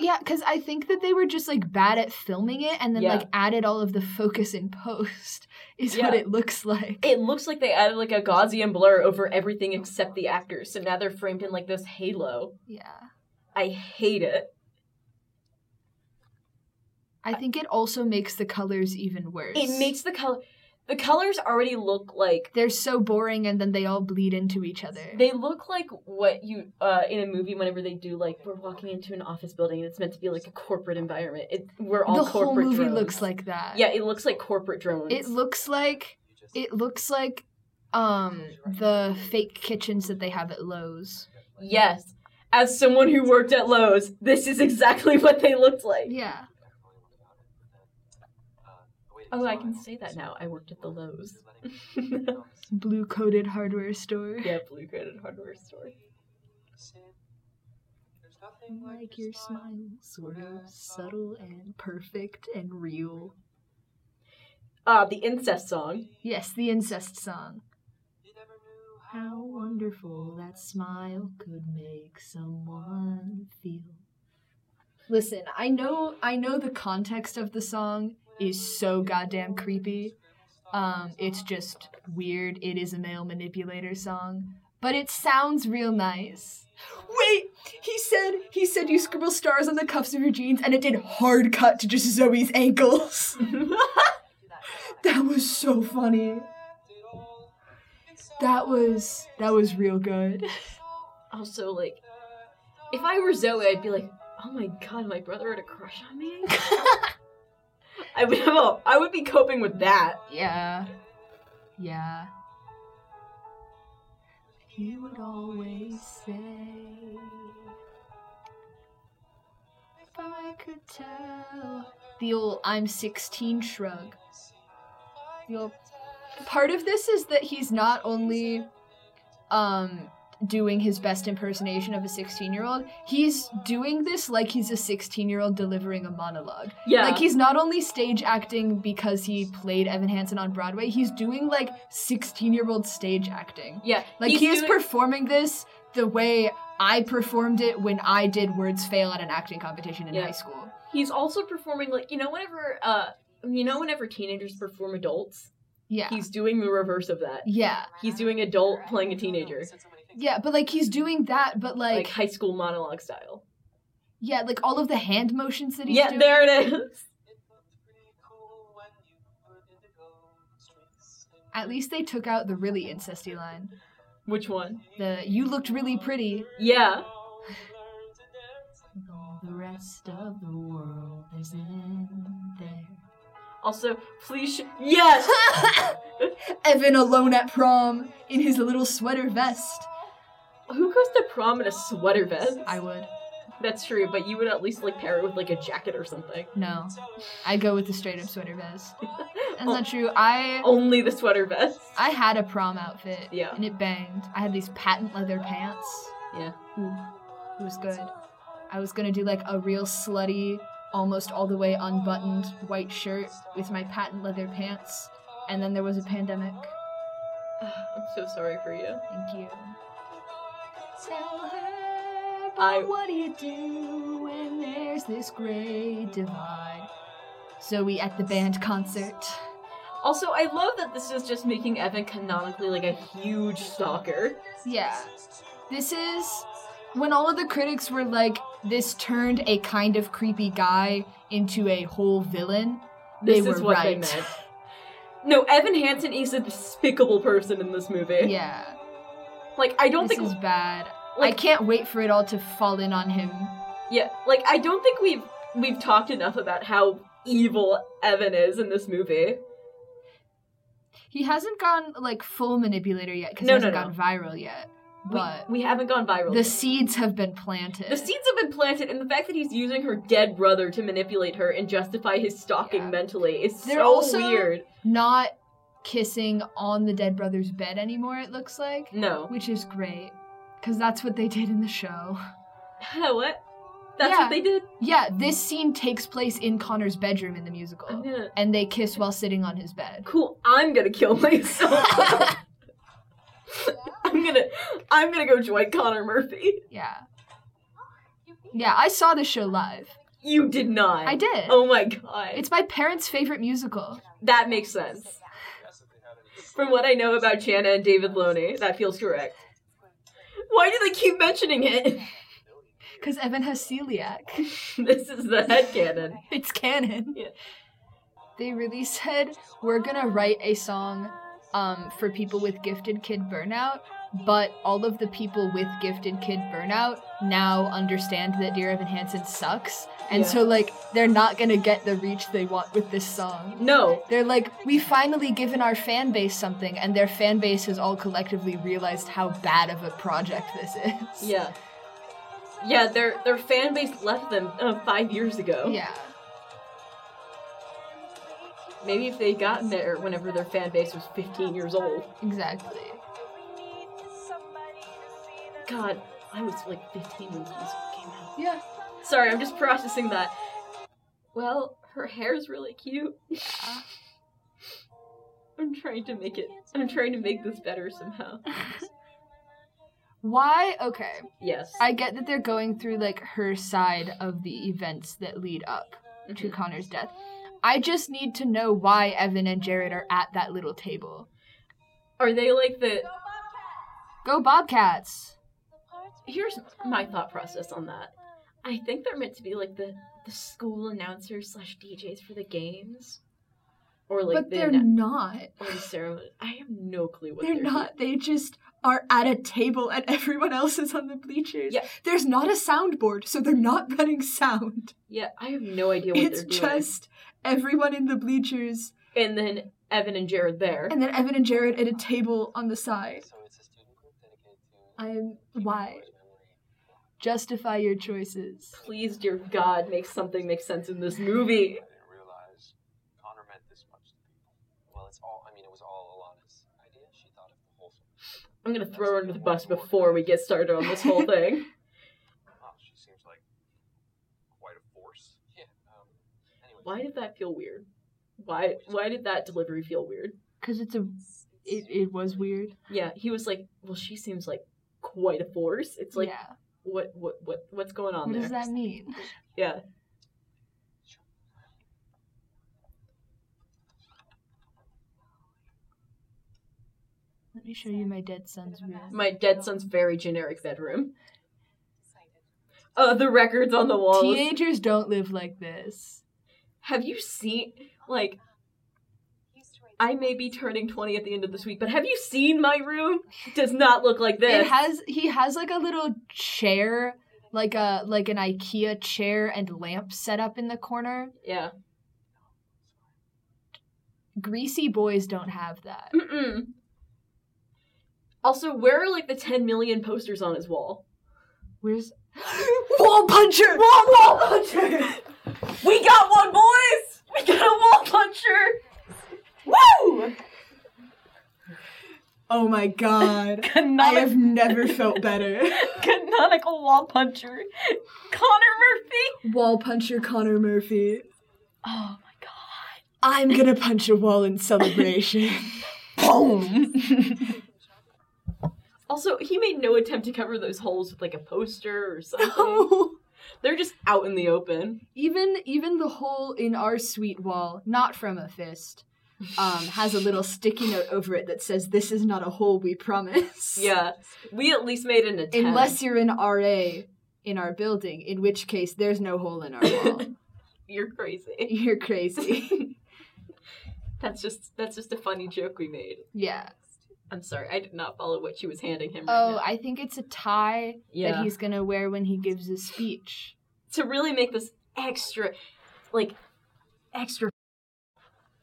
S1: Yeah, because I think that they were just like bad at filming it and then
S2: Yeah.
S1: like added all of the focus in post, is what
S2: Yeah.
S1: it looks like.
S2: It looks like they added like a Gaussian blur over everything except the actors, so now they're framed in like this halo.
S1: yeah.
S2: I hate it.
S1: I think it also makes the colors even worse.
S2: It makes the color the colors already look like
S1: They're so boring and then they all bleed into each other.
S2: They look like what you uh, in a movie whenever they do like we're walking into an office building and it's meant to be like a corporate environment. It, we're all
S1: the whole
S2: corporate
S1: movie
S2: drones.
S1: looks like that.
S2: yeah, it looks like corporate drones.
S1: It looks like it looks like um the fake kitchens that they have at Lowe's.
S2: yes. As someone who worked at Lowe's, this is exactly what they looked like.
S1: Yeah.
S2: Oh, I can say that now. I worked at the Lowe's.
S1: Blue coated hardware store.
S2: yeah, blue coated hardware store.
S1: Like your smile, sort of um, subtle and perfect and real.
S2: Uh, the incest song.
S1: Yes, the incest song. How wonderful that smile could make someone feel. Listen, I know I know the context of the song is so goddamn creepy. Um it's just weird. It is a male manipulator song, but it sounds real nice. Wait, he said he said you scribble stars on the cuffs of your jeans and it did hard cut to just Zoe's ankles. that was so funny. That was that was real good.
S2: Also, like, if I were Zoe, I'd be like, oh my god, my brother had a crush on me. I would have a, I would be coping with that.
S1: Yeah. Yeah. He would always say If I could tell The old I'm sixteen shrug. The old part of this is that he's not only um doing his best impersonation of a 16 year old he's doing this like he's a 16 year old delivering a monologue
S2: Yeah.
S1: like he's not only stage acting because he played Evan Hansen on Broadway, he's doing like 16-year-old stage acting.
S2: yeah.
S1: Like
S2: he's
S1: he is
S2: doing-
S1: performing this the way I performed it when I did words fail at an acting competition in
S2: Yeah.
S1: high school.
S2: he's also performing like you know whenever uh you know whenever teenagers perform adults,
S1: Yeah.
S2: he's doing the reverse of that.
S1: yeah.
S2: He's doing adult playing a teenager,
S1: Yeah, but like he's doing that, but
S2: like,
S1: like,
S2: high school monologue style.
S1: yeah, like all of the hand motions that he's
S2: Yeah,
S1: doing.
S2: there it is.
S1: At least they took out the really incesty line.
S2: Which one?
S1: The you looked really pretty.
S2: Yeah.
S1: The rest of the world isn't there.
S2: Also, please. Sh- yes.
S1: Evan alone at prom in his little sweater vest.
S2: Who goes to prom in a sweater vest?
S1: I would.
S2: That's true, but you would at least like pair it with like a jacket or something.
S1: No. I go with the straight up sweater vest. That's not true. I
S2: Oh, Only the sweater vest.
S1: I had a prom outfit.
S2: Yeah.
S1: And it banged. I had these patent leather pants.
S2: Yeah.
S1: Ooh, it was good. I was gonna do like a real slutty, almost all the way unbuttoned white shirt with my patent leather pants. And then there was a pandemic.
S2: I'm so sorry for you.
S1: Thank you. Tell her, but
S2: I-
S1: what do you do when there's this great divide? Zoe at the band concert.
S2: Also, I love that this is just making Evan canonically like a huge stalker.
S1: Yeah. This is when all of the critics were like, this turned a kind of creepy guy into a whole villain. They
S2: This is
S1: were
S2: what
S1: right.
S2: they meant. No, Evan Hansen is a despicable person in this movie.
S1: Yeah.
S2: Like I don't
S1: this
S2: think
S1: is bad.
S2: like
S1: I can't wait for it all to fall in on him.
S2: yeah, like I don't think we've we've talked enough about how evil Evan is in this movie.
S1: He hasn't gone like full manipulator yet because
S2: No,
S1: he hasn't
S2: no, no.
S1: gone viral yet.
S2: We-
S1: But
S2: we, haven't gone viral.
S1: the
S2: yet.
S1: seeds have been planted.
S2: The seeds have been planted, and the fact that he's using her dead brother to manipulate her and justify his stalking
S1: Yeah.
S2: mentally is
S1: They're
S2: so
S1: also-
S2: weird.
S1: not kissing on the dead brother's bed anymore, it looks like,
S2: No.
S1: which is great. Because that's what they did in the show.
S2: what? That's
S1: Yeah.
S2: what they did?
S1: Yeah, this scene takes place in Connor's bedroom in the musical.
S2: I'm gonna.
S1: And they kiss while sitting on his bed.
S2: Cool. I'm gonna kill myself. I'm gonna. I'm gonna go join Connor Murphy.
S1: Yeah. Yeah, I saw the show live.
S2: You did not.
S1: I did.
S2: Oh my god.
S1: It's my parents' favorite musical.
S2: that makes sense. From what I know about Jana and David Loney, that feels correct. Why do they keep mentioning it?
S1: Because Evan has celiac.
S2: this is the headcanon.
S1: It's canon.
S2: Yeah.
S1: They really said, we're gonna write a song um, for people with gifted kid burnout, but all of the people with gifted kid burnout now understand that Dear Evan Hansen sucks. And
S2: Yeah.
S1: so, like, they're not gonna get the reach they want with this song.
S2: No.
S1: They're like, we finally given our fan base something, and their fan base has all collectively realized how bad of a project this is.
S2: Yeah. Yeah, their their fan base left them uh, five years ago.
S1: Yeah.
S2: Maybe if they gotten there whenever their fan base was 15 years old.
S1: Exactly.
S2: God, I was like 15 when this came out.
S1: Yeah.
S2: Sorry, I'm just processing that. Well, her hair's really cute. I'm trying to make it. I'm trying to make this better somehow.
S1: Why? Okay.
S2: Yes.
S1: I get that they're going through like her side of the events that lead up to Connor's death. I just need to know why Evan and Jared are at that little table.
S2: Are they like the?
S1: Go Bobcats!
S2: Here's my thought process on that. I think they're meant to be like the the school announcers slash DJs for the games, or like
S1: but
S2: the
S1: they're
S2: annou-
S1: not.
S2: or the ceremony. I have no clue what
S1: They're not. They just are at a table and everyone else is on the bleachers.
S2: Yeah.
S1: There's not a soundboard, so they're not running sound.
S2: Yeah, I have no idea what
S1: it's
S2: they're doing.
S1: just everyone in the bleachers
S2: And then Evan and Jared there.
S1: and then Evan and Jared at a table on the side.
S4: So it's a student group dedicated to.
S1: I am why? Justify your choices.
S2: Please, dear God, make something make sense in this movie.
S4: I didn't realize Connor meant this much to people. Well, it's all. I mean, it was all Alana's idea. She thought of the whole thing.
S2: I'm gonna throw her under the bus before we get started on this whole thing.
S4: Wow, she seems like quite a force. Yeah. Um, anyway.
S2: Why did that feel weird? Why why did that delivery feel weird?
S1: Cause it's a it, it was weird.
S2: Yeah, he was like, Well, she seems like quite a force. It's like
S1: yeah.
S2: what what what what's going on
S1: What
S2: there?
S1: does that mean?
S2: Yeah.
S1: Let me show you my dead son's room.
S2: My dead son's very generic bedroom. Uh the records on the walls.
S1: Teenagers don't live like this.
S2: Have you seen like I may be turning 20 at the end of this week, but have you seen my room? It does not look like this.
S1: It has he has like a little chair, like a like an IKEA chair and lamp set up in the corner.
S2: yeah.
S1: Greasy boys don't have that.
S2: Mm-mm. Also, where are like the 10 million posters on his wall?
S1: Where's Wall puncher! Wall wall puncher!
S2: We got one, boys! We got a wall puncher! Woo!
S1: Oh my god.
S2: Canonic-
S1: never felt better.
S2: canonical wall puncher, Connor Murphy!
S1: Wall puncher Connor Murphy.
S2: Oh my god.
S1: I'm gonna punch a wall in celebration. Boom!
S2: Also, he made no attempt to cover those holes with like a poster or something.
S1: No.
S2: They're just out in the open.
S1: Even even the hole in our sweet wall, not from a fist, um, has a little sticky note over it that says, "This is not a hole, we promise."
S2: Yeah. We at least made an attempt.
S1: Unless you're an RA in our building, in which case there's no hole in our wall.
S2: you're crazy.
S1: you're crazy.
S2: That's just that's just a funny joke we made.
S1: Yeah.
S2: I'm sorry, I did not follow what she was handing him. Right
S1: Oh,
S2: now.
S1: I think it's a tie that he's gonna wear when he gives his speech.
S2: to really make this extra, like, extra,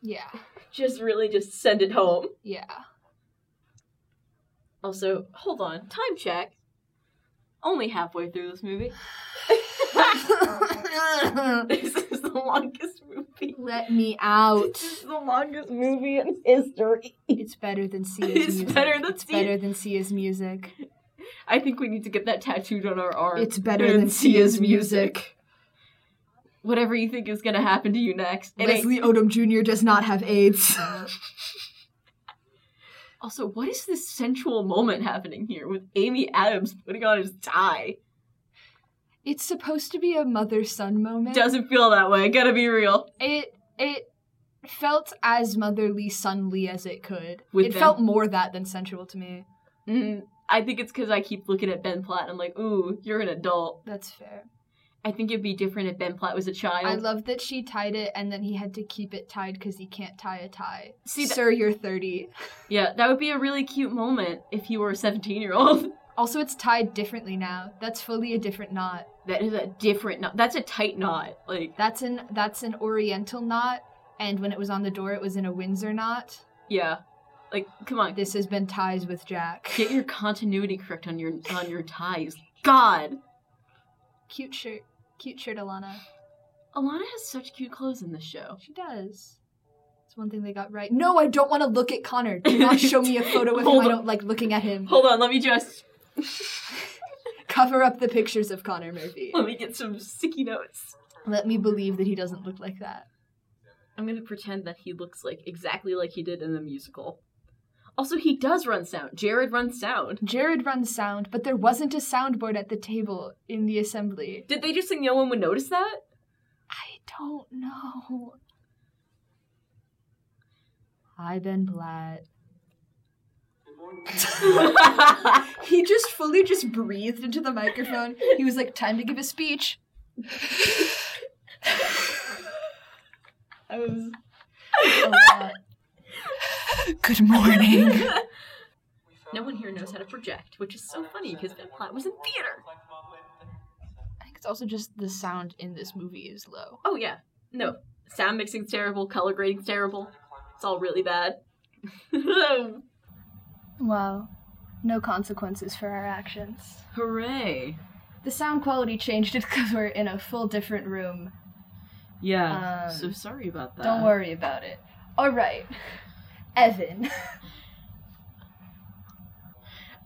S1: Yeah.
S2: just really just send it home.
S1: Yeah.
S2: Also, hold on, time check. Only halfway through this movie. This is the longest movie.
S1: Let me out.
S2: This is the longest movie in history.
S1: It's better than Sia's
S2: It's
S1: music.
S2: better than
S1: it's
S2: Sia.
S1: better than Sia's music.
S2: I think we need to get that tattooed on our arm.
S1: It's better
S2: And
S1: than Sia's music.
S2: Whatever you think is gonna happen to you next. It ain't-
S1: Leslie Odom Jr. does not have AIDS.
S2: Also, what is this sensual moment happening here with Amy Adams putting on his tie?
S1: it's supposed to be a mother son moment.
S2: Doesn't feel that way. Gotta be real.
S1: it it felt as motherly sonly as it could.
S2: With
S1: it
S2: them.
S1: felt more that than sensual to me.
S2: Mm, I think it's because I keep looking at Ben Platt and I'm like, ooh, you're an adult.
S1: That's fair.
S2: I think it'd be different if Ben Platt was a child.
S1: I love that she tied it and then he had to keep it tied because he can't tie a tie.
S2: See, that-
S1: Sir, you're 30.
S2: yeah, that would be a really cute moment if he were a 17 year old.
S1: Also, it's tied differently now. That's fully a different knot.
S2: That is a different knot. That's a tight knot. Like,
S1: That's an that's an Oriental knot, and when it was on the door, it was in a Windsor knot.
S2: yeah. Like, come on.
S1: This has been ties with Jack.
S2: Get your continuity correct on your on your ties. God,
S1: cute shirt, cute shirt, Alana.
S2: Alana has such cute clothes in this show.
S1: She does. It's one thing they got right. No, I don't want to look at Connor. Do not show me a photo of him.
S2: Hold
S1: I
S2: on.
S1: don't like looking at him.
S2: Hold on, let me just
S1: Cover up the pictures of Connor Murphy.
S2: let me get some sticky notes.
S1: Let me believe that he doesn't look like that.
S2: I'm gonna pretend that he looks like exactly like he did in the musical. Also, he does run sound. Jared runs sound.
S1: Jared runs sound, but there wasn't a soundboard at the table in the assembly.
S2: Did they just think no one would notice that?
S1: I don't know. Hi, Ben Blatt. He just fully just breathed into the microphone. He was like, time to give a speech.
S2: I was.
S1: Good morning.
S2: No one here knows how to project, which is so funny because Ben Platt was in theater.
S1: I think it's also just the sound in this movie is low.
S2: Oh yeah, no, sound mixing's terrible, color grading's terrible. It's all really bad.
S1: Wow. No consequences for our actions.
S2: Hooray!
S1: The sound quality changed because we're in a full different room.
S2: Yeah.
S1: Um,
S2: so sorry about that.
S1: Don't worry about it. All right. Evan.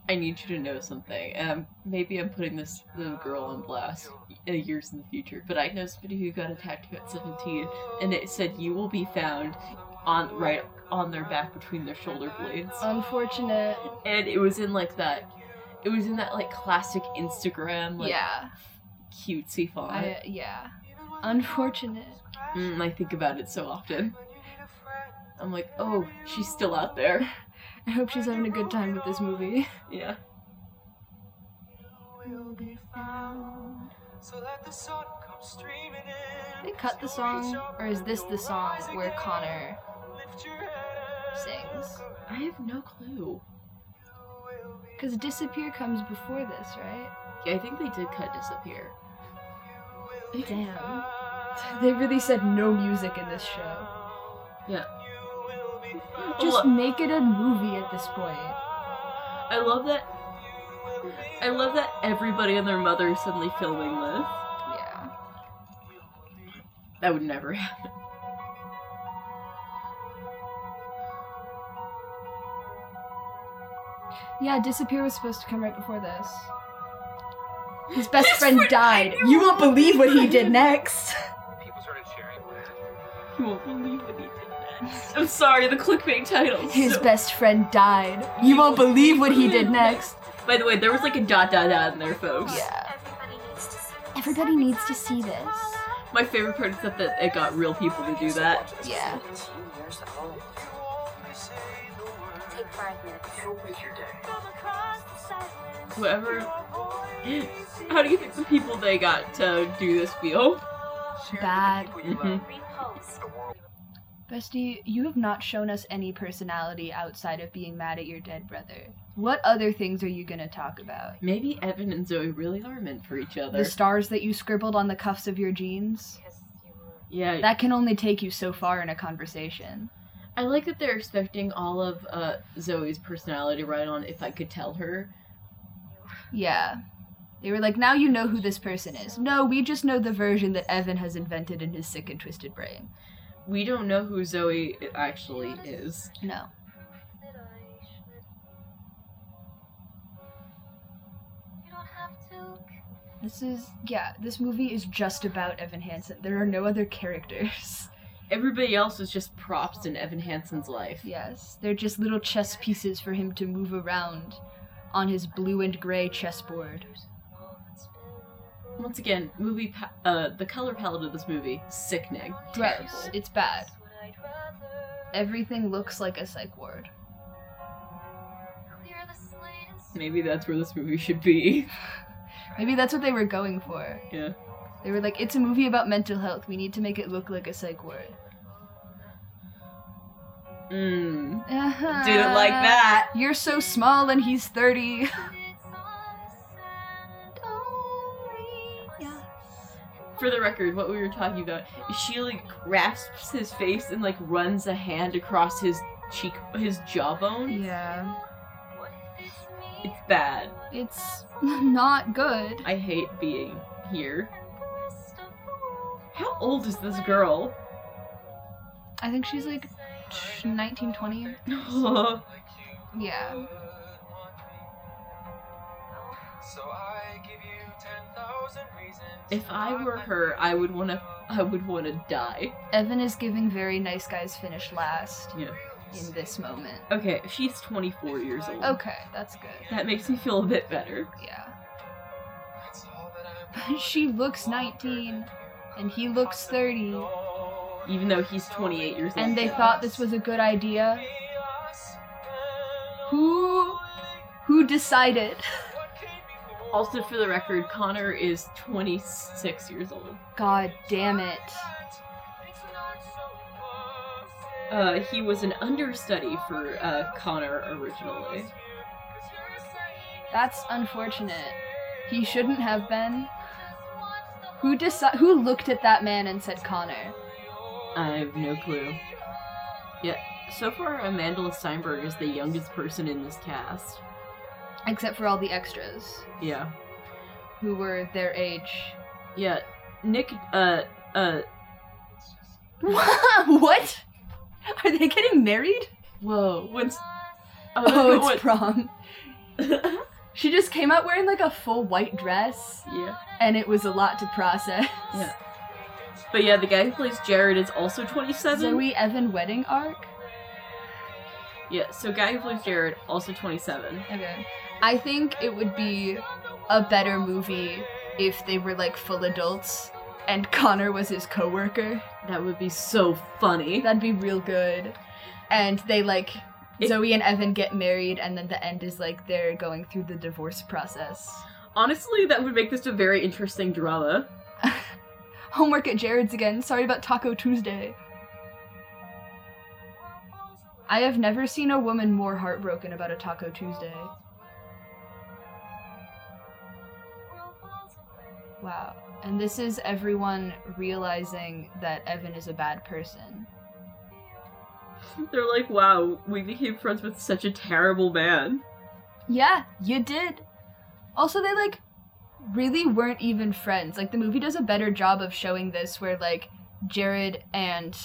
S2: I need you to know something. Um, maybe I'm putting this little girl on blast uh, years in the future, but I know somebody who got a tattoo at 17, and it said you will be found on right on their back between their shoulder blades,
S1: Oh. Unfortunate.
S2: and it was in like that. It was in that like classic Instagram like
S1: yeah.
S2: cutesy font.
S1: I, yeah. Unfortunate.
S2: Mm, I think about it so often. I'm like, oh, she's still out there.
S1: I hope she's having a good time with this movie.
S2: Yeah.
S1: They cut the song, or is this the song where Connor sings?
S2: I have no clue.
S1: Because Disappear comes before this, right?
S2: Yeah, I think they did cut disappear.
S1: Damn. They really said no music in this show.
S2: Yeah.
S1: Just make it a movie at this point.
S2: I love that. I love that everybody and their mother is suddenly filming this.
S1: Yeah.
S2: That would never happen.
S1: Yeah, Disappear was supposed to come right before this. His best friend died.
S2: I knew
S1: You won't believe what he did next.
S4: People started sharing
S2: You won't believe what he did next. I'm sorry, the clickbait title.
S1: His
S2: So-
S1: best friend died. You won't believe what he did next.
S2: By the way, there was like a dot dot dot in there, folks.
S1: Yeah.
S6: Everybody needs to see this.
S2: My favorite part is that that it got real people to do that.
S1: Yeah.
S6: Take five minutes.
S2: Whoever. How do you think the people they got to do this feel?
S1: Bad.
S2: Mhm.
S6: Repost.
S1: Bestie, you have not shown us any personality outside of being mad at your dead brother. What other things are you gonna talk about?
S2: Maybe Evan and Zoe really are meant for each other.
S1: The stars that you scribbled on the cuffs of your jeans?
S2: yeah,
S1: That can only take you so far in a conversation.
S2: I like that they're expecting all of uh, Zoe's personality right on if I could tell her.
S1: Yeah. They were like, now you know who this person is. No, we just know the version that Evan has invented in his sick and twisted brain.
S2: We don't know who Zoe actually is.
S1: No.
S5: You don't have to.
S1: This is, yeah, this movie is just about Evan Hansen. There are no other characters.
S2: Everybody else is just props in Evan Hansen's life.
S1: Yes, they're just little chess pieces for him to move around on his blue and gray chessboard.
S2: Once again, movie pa- uh, the color palette of this movie sickening.
S1: Gross. It's bad. Everything looks like a psych ward.
S5: Clear the slate and sweep
S2: Maybe that's where this movie should be.
S1: Maybe that's what they were going for.
S2: Yeah.
S1: They were like, it's a movie about mental health. We need to make it look like a psych ward.
S2: Mmm.
S1: Uh-huh.
S2: Didn't like that.
S1: You're so small and he's 30.
S5: its eyes and only us.
S2: For the record, what we were talking about, she like grasps his face and like runs a hand across his cheek, his jawbone.
S1: Yeah.
S5: What if it's me
S2: It's bad.
S1: It's not good.
S2: I hate being here.
S5: and the rest of the world?
S2: How old is this girl?
S1: I think she's like 19, 20. Yeah.
S4: So I give you 10,000 reasons.
S2: if I were her, I would wanna, I would wanna die.
S1: Evan is giving very nice guys finish last
S2: Yeah.
S1: in this moment.
S2: Okay, she's 24 years old.
S1: Okay, that's good.
S2: That makes me feel a bit better.
S1: Yeah.
S4: That's all that I
S1: she looks 19 and he looks 30.
S2: Even though he's 28 years old.
S1: And they thought this was a good idea. Who who decided?
S2: Also, for the record, Connor is 26 years old.
S1: God damn it.
S2: Uh, he was an understudy for uh, Connor originally.
S1: That's unfortunate. He shouldn't have been. Who deci- who looked at that man and said Connor?
S2: I have no clue. Yeah, so far, Amanda Steinberg is the youngest person in this cast.
S1: Except for all the extras
S2: Yeah.
S1: who were their age.
S2: Yeah, Nick, uh, uh,
S1: what? Are they getting married?
S2: whoa. When's.
S1: Oh,
S2: that's
S1: it's prom.
S2: when-
S1: She just came out wearing like a full white dress,
S2: yeah.
S1: and it was a lot to process.
S2: Yeah. But yeah, the guy who plays Jared is also 27.
S1: Zoe Evan wedding arc.
S2: Yeah, so guy who plays Jared, also 27.
S1: Okay. I think it would be a better movie if they were like full adults and Connor was his coworker.
S2: That would be so funny.
S1: That'd be real good. And they like
S2: It-
S1: Zoe and Evan get married, and then the end is like they're going through the divorce process.
S2: Honestly, that would make this a very interesting drama.
S1: Homework at Jared's again. Sorry about Taco Tuesday. I have never seen a woman more heartbroken about a Taco Tuesday. Wow. And this is everyone realizing that Evan is a bad person.
S2: They're like, wow, we became friends with such a terrible man.
S1: Yeah, you did. Also, they like really weren't even friends. Like the movie does a better job of showing this where like Jared and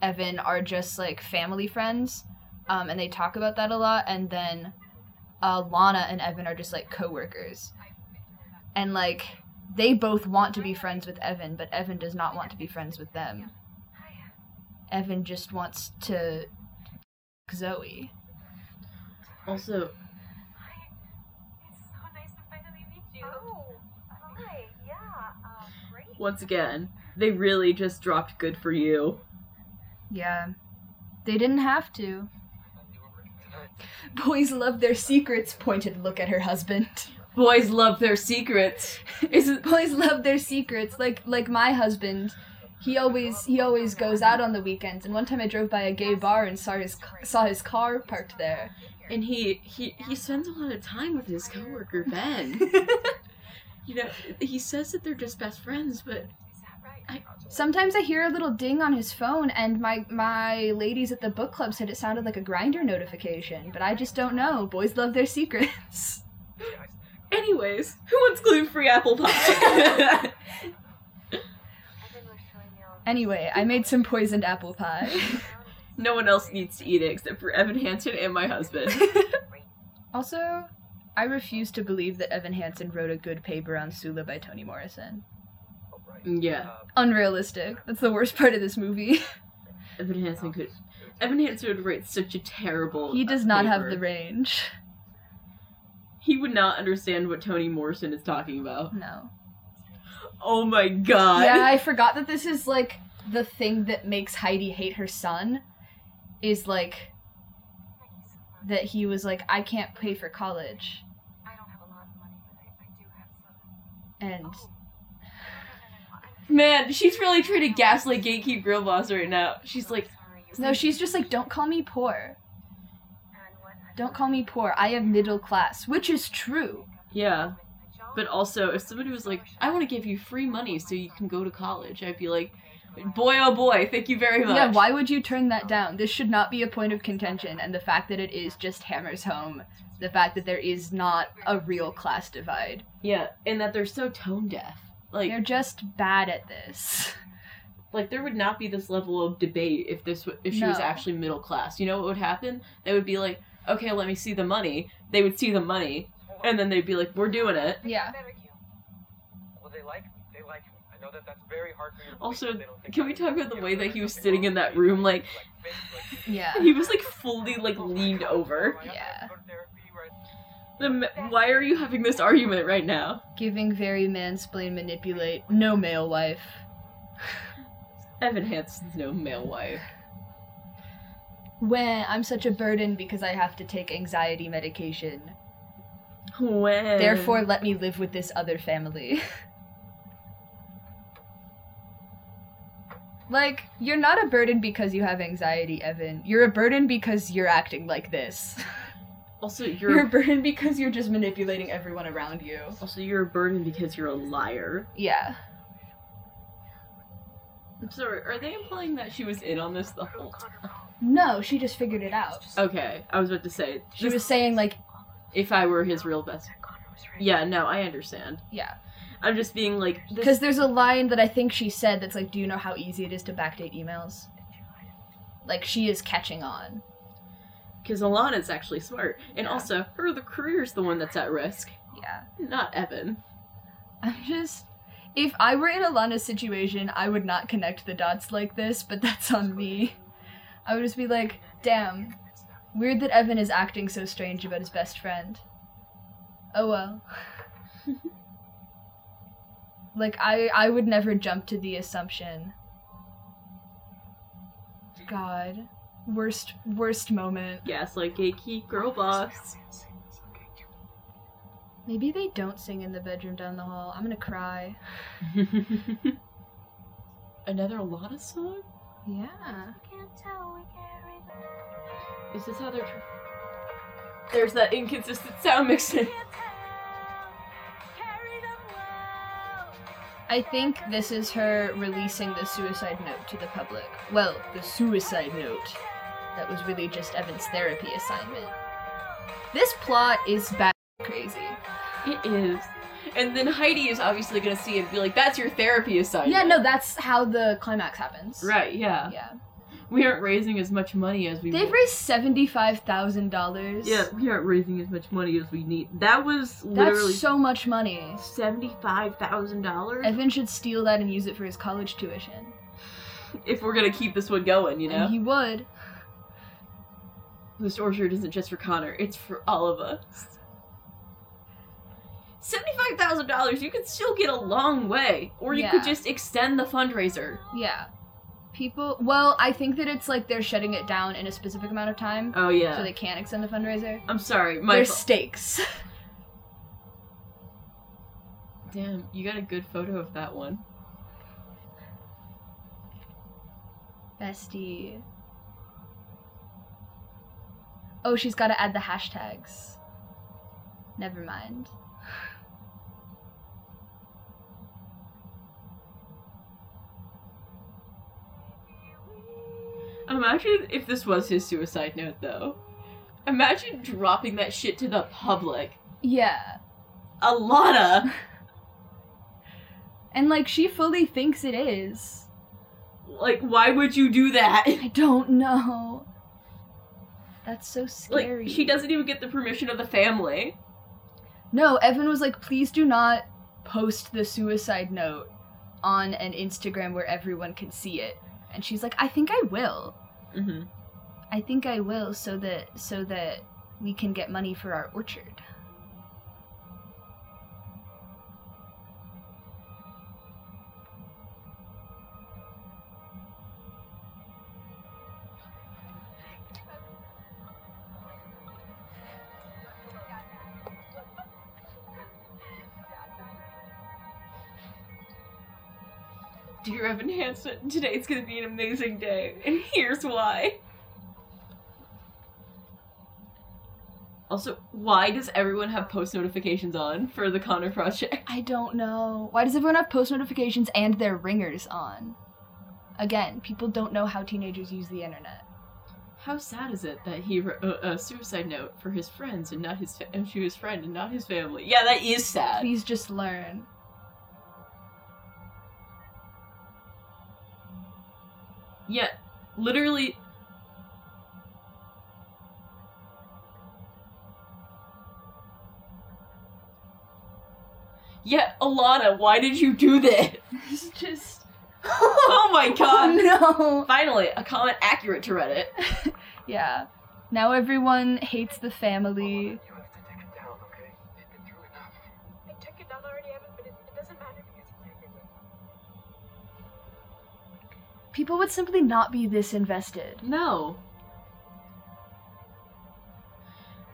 S1: Evan are just like family friends. Um, and they talk about that a lot and then uh, Lana and Evan are just like coworkers. And like they both want to be friends with Evan, but Evan does not want to be friends with them. Evan just wants to Zoe.
S2: Also,
S7: It's so nice to finally meet you.
S5: Oh, hi. Yeah, um, great.
S2: once again, they really just dropped good for you.
S1: Yeah. They didn't have to. Boys love their secrets. Pointed look at her husband.
S2: Boys love their secrets. Isn't
S1: Boys love their secrets. Like like my husband. He always he always goes out on the weekends. And one time I drove by a gay bar and saw his saw his car parked there.
S2: and he he he spends a lot of time with his coworker Ben. you know, he says that they're just best friends, but
S7: Is that right?
S1: Sometimes I hear a little ding on his phone, and my my ladies at the book club said it sounded like a grinder notification. But I just don't know. Boys love their secrets.
S2: Anyways, who wants gluten free apple pie?
S8: I've been showing you all
S1: Anyway, I made some poisoned apple pie.
S2: no one else needs to eat it except for Evan Hansen and my husband.
S1: also, I refuse to believe that Evan Hansen wrote a good paper on Sula by Toni Morrison.
S4: Oh, right.
S2: yeah,
S4: Um,
S1: Unrealistic. That's the worst part of this movie.
S2: Evan Hansen could. Evan Hansen would write such a terrible.
S1: he does not have the
S2: paper.
S1: range.
S2: He would not understand what Toni Morrison is talking about.
S1: No.
S2: Oh my god.
S1: Yeah, I forgot that this is like the thing that makes Heidi hate her son is like that he was like, I can't pay for college.
S5: I don't have a lot of money, but I, I do have some.
S1: And
S2: Man, she's really trying to gaslight Gatekeep Grill Boss right now. She's like,
S1: no, she's just like, don't call me poor. Don't call me poor. I am middle class, which is true.
S2: yeah. But also, if somebody was like, I want to give you free money so you can go to college, I'd be like, boy, oh boy, thank you very much.
S1: Yeah, why would you turn that down? This should not be a point of contention, and the fact that it is just hammers home the fact that there is not a real class divide.
S2: Yeah, and that they're so tone deaf. Like,
S1: They're just bad at this.
S2: like there would not be this level of debate if this w- if she was
S1: No.
S2: actually middle class. You know what would happen? They would be like, okay, let me see the money. They would see the money, and then they'd be like, we're doing it.
S1: Yeah.
S4: Well, they like me. They like me. I know that that's very hard for you to believe,
S2: Also,
S4: but they don't think
S2: can we
S4: I-
S2: talk about the
S4: you know,
S2: way
S4: there
S2: that he
S4: is
S2: was
S4: something
S2: sitting
S4: wrong
S2: in
S4: with
S2: that
S4: me,
S2: room? Like,
S4: fake, like-
S1: Yeah.
S2: he was like fully like leaned over.
S1: Yeah.
S2: The, m- why are you having this argument right now?
S1: Giving very mansplain manipulate. No male wife.
S2: Evan Hansen's no male wife.
S1: When I'm such a burden because I have to take anxiety medication.
S2: When?
S1: Therefore, let me live with this other family. like, you're not a burden because you have anxiety, Evan. You're a burden because you're acting like this.
S2: also
S1: You're,
S2: you're
S1: a burden because you're just manipulating everyone around you.
S2: also you're a burden because you're a liar.
S1: Yeah.
S2: I'm sorry. Are they implying that she was in on this the whole time?
S1: No, she just figured it out.
S2: Okay, I was about to say.
S1: She
S2: this-
S1: was saying, like,
S2: if I were his real best. Yeah, no, I understand.
S1: yeah.
S2: I'm just being like
S1: Because
S2: this.
S1: there's a line that I think she said that's like, do you know how easy it is to backdate emails? Like, she is catching on.
S2: Because Alana's actually smart, and
S1: Yeah.
S2: also her the career's the one that's at risk,
S1: Yeah.
S2: not Evan.
S1: I'm just. If I were in Alana's situation, I would not connect the dots like this, but that's on me. I would just be like, damn. Weird that Evan is acting so strange about his best friend. Oh well. like I I would never jump to the assumption. God. Worst worst moment.
S2: Yes, like gatekeep girl boss.
S1: Maybe they don't sing in the bedroom down the hall. I'm gonna cry.
S2: Another Alana song?
S1: Yeah.
S2: Is this how they're? tr- There's that inconsistent sound mixing.
S1: I think this is her releasing the suicide note to the public. Well, the suicide note. That was really just Evan's therapy assignment. This plot is bad crazy.
S2: It is. And then Heidi is obviously gonna see it and be like, "That's your therapy assignment."
S1: Yeah, no, that's how the climax happens.
S2: Right. Yeah.
S1: Yeah.
S2: We aren't raising as much money as we.
S1: They've
S2: would.
S1: raised seventy-five thousand dollars.
S2: Yeah, we aren't raising as much money as we need. That was literally
S1: That's so much money.
S2: seventy-five thousand dollars.
S1: Evan should steal that and use it for his college tuition.
S2: If we're gonna keep this one going, you know,
S1: And he would.
S2: this orchard isn't just for Connor; it's for all of us. Seventy-five thousand dollars. You could still get a long way, or you could
S1: Yeah.
S2: just extend the fundraiser.
S1: Yeah. People well, I think that it's like they're shutting it down in a specific amount of time.
S2: Oh yeah.
S1: So they can't extend the fundraiser.
S2: I'm sorry, my
S1: There's
S2: fa-
S1: stakes.
S2: Damn, you got a good photo of that one.
S1: Bestie. Oh, she's got to add the hashtags. Never mind.
S2: Imagine if this was his suicide note, though. Imagine dropping that shit to the public.
S1: Yeah.
S2: Alana.
S1: And like she fully thinks it is.
S2: Like, why would you do that?
S1: I don't know. That's so
S2: Like,
S1: scary.
S2: she doesn't even get the permission of the family.
S1: No, Evan was like, please do not post the suicide note on an Instagram where everyone can see it. And she's like, I think I will.
S2: Mm-hmm.
S1: I think I will so that so that we can get money for our orchard.
S2: Dear Evan Hansen, today's gonna be an amazing day, and here's why. Also, why does everyone have post notifications on for the Connor Project?
S1: I don't know. Why does everyone have post notifications and their ringers on? Again, people don't know how teenagers use the internet.
S2: How sad is it that he wrote a, a suicide note for his friends and not his fa- and to his friend and not his family? Yeah, that is sad.
S1: Please just learn.
S2: Yeah, literally. Yeah, Alana, why did you do this?
S1: It's just
S2: oh my god!
S1: no.
S2: Finally, a comment accurate to Reddit.
S1: Yeah. Now everyone hates the family.
S9: You have to take it down, okay? They've been through enough.
S10: I took it down already, Evan, but it, it doesn't matter because it's everywhere.
S1: People would simply not be this invested.
S2: No.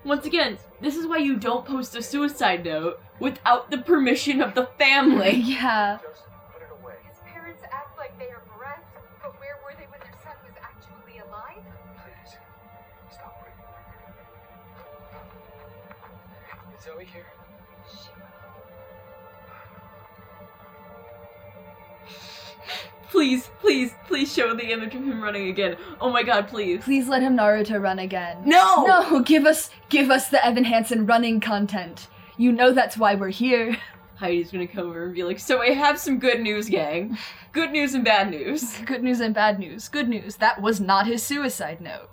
S2: Once again, this is why you don't post a suicide note without the permission of the family.
S1: Yeah.
S9: Joseph, put it away.
S5: His parents act like they are bereft, but where were they when their son was actually alive?
S9: Please. Stop breathing. Is Zoe here?
S10: She
S2: Please, please, please show the image of him running again. Oh my god, please.
S1: Please let him Naruto run again.
S2: No!
S1: No, give us give us the Evan Hansen running content. You know that's why we're here.
S2: Heidi's gonna come over and be like, so I have some good news, gang. Good news and bad news.
S1: Good news and bad news. Good news, that was not his suicide note.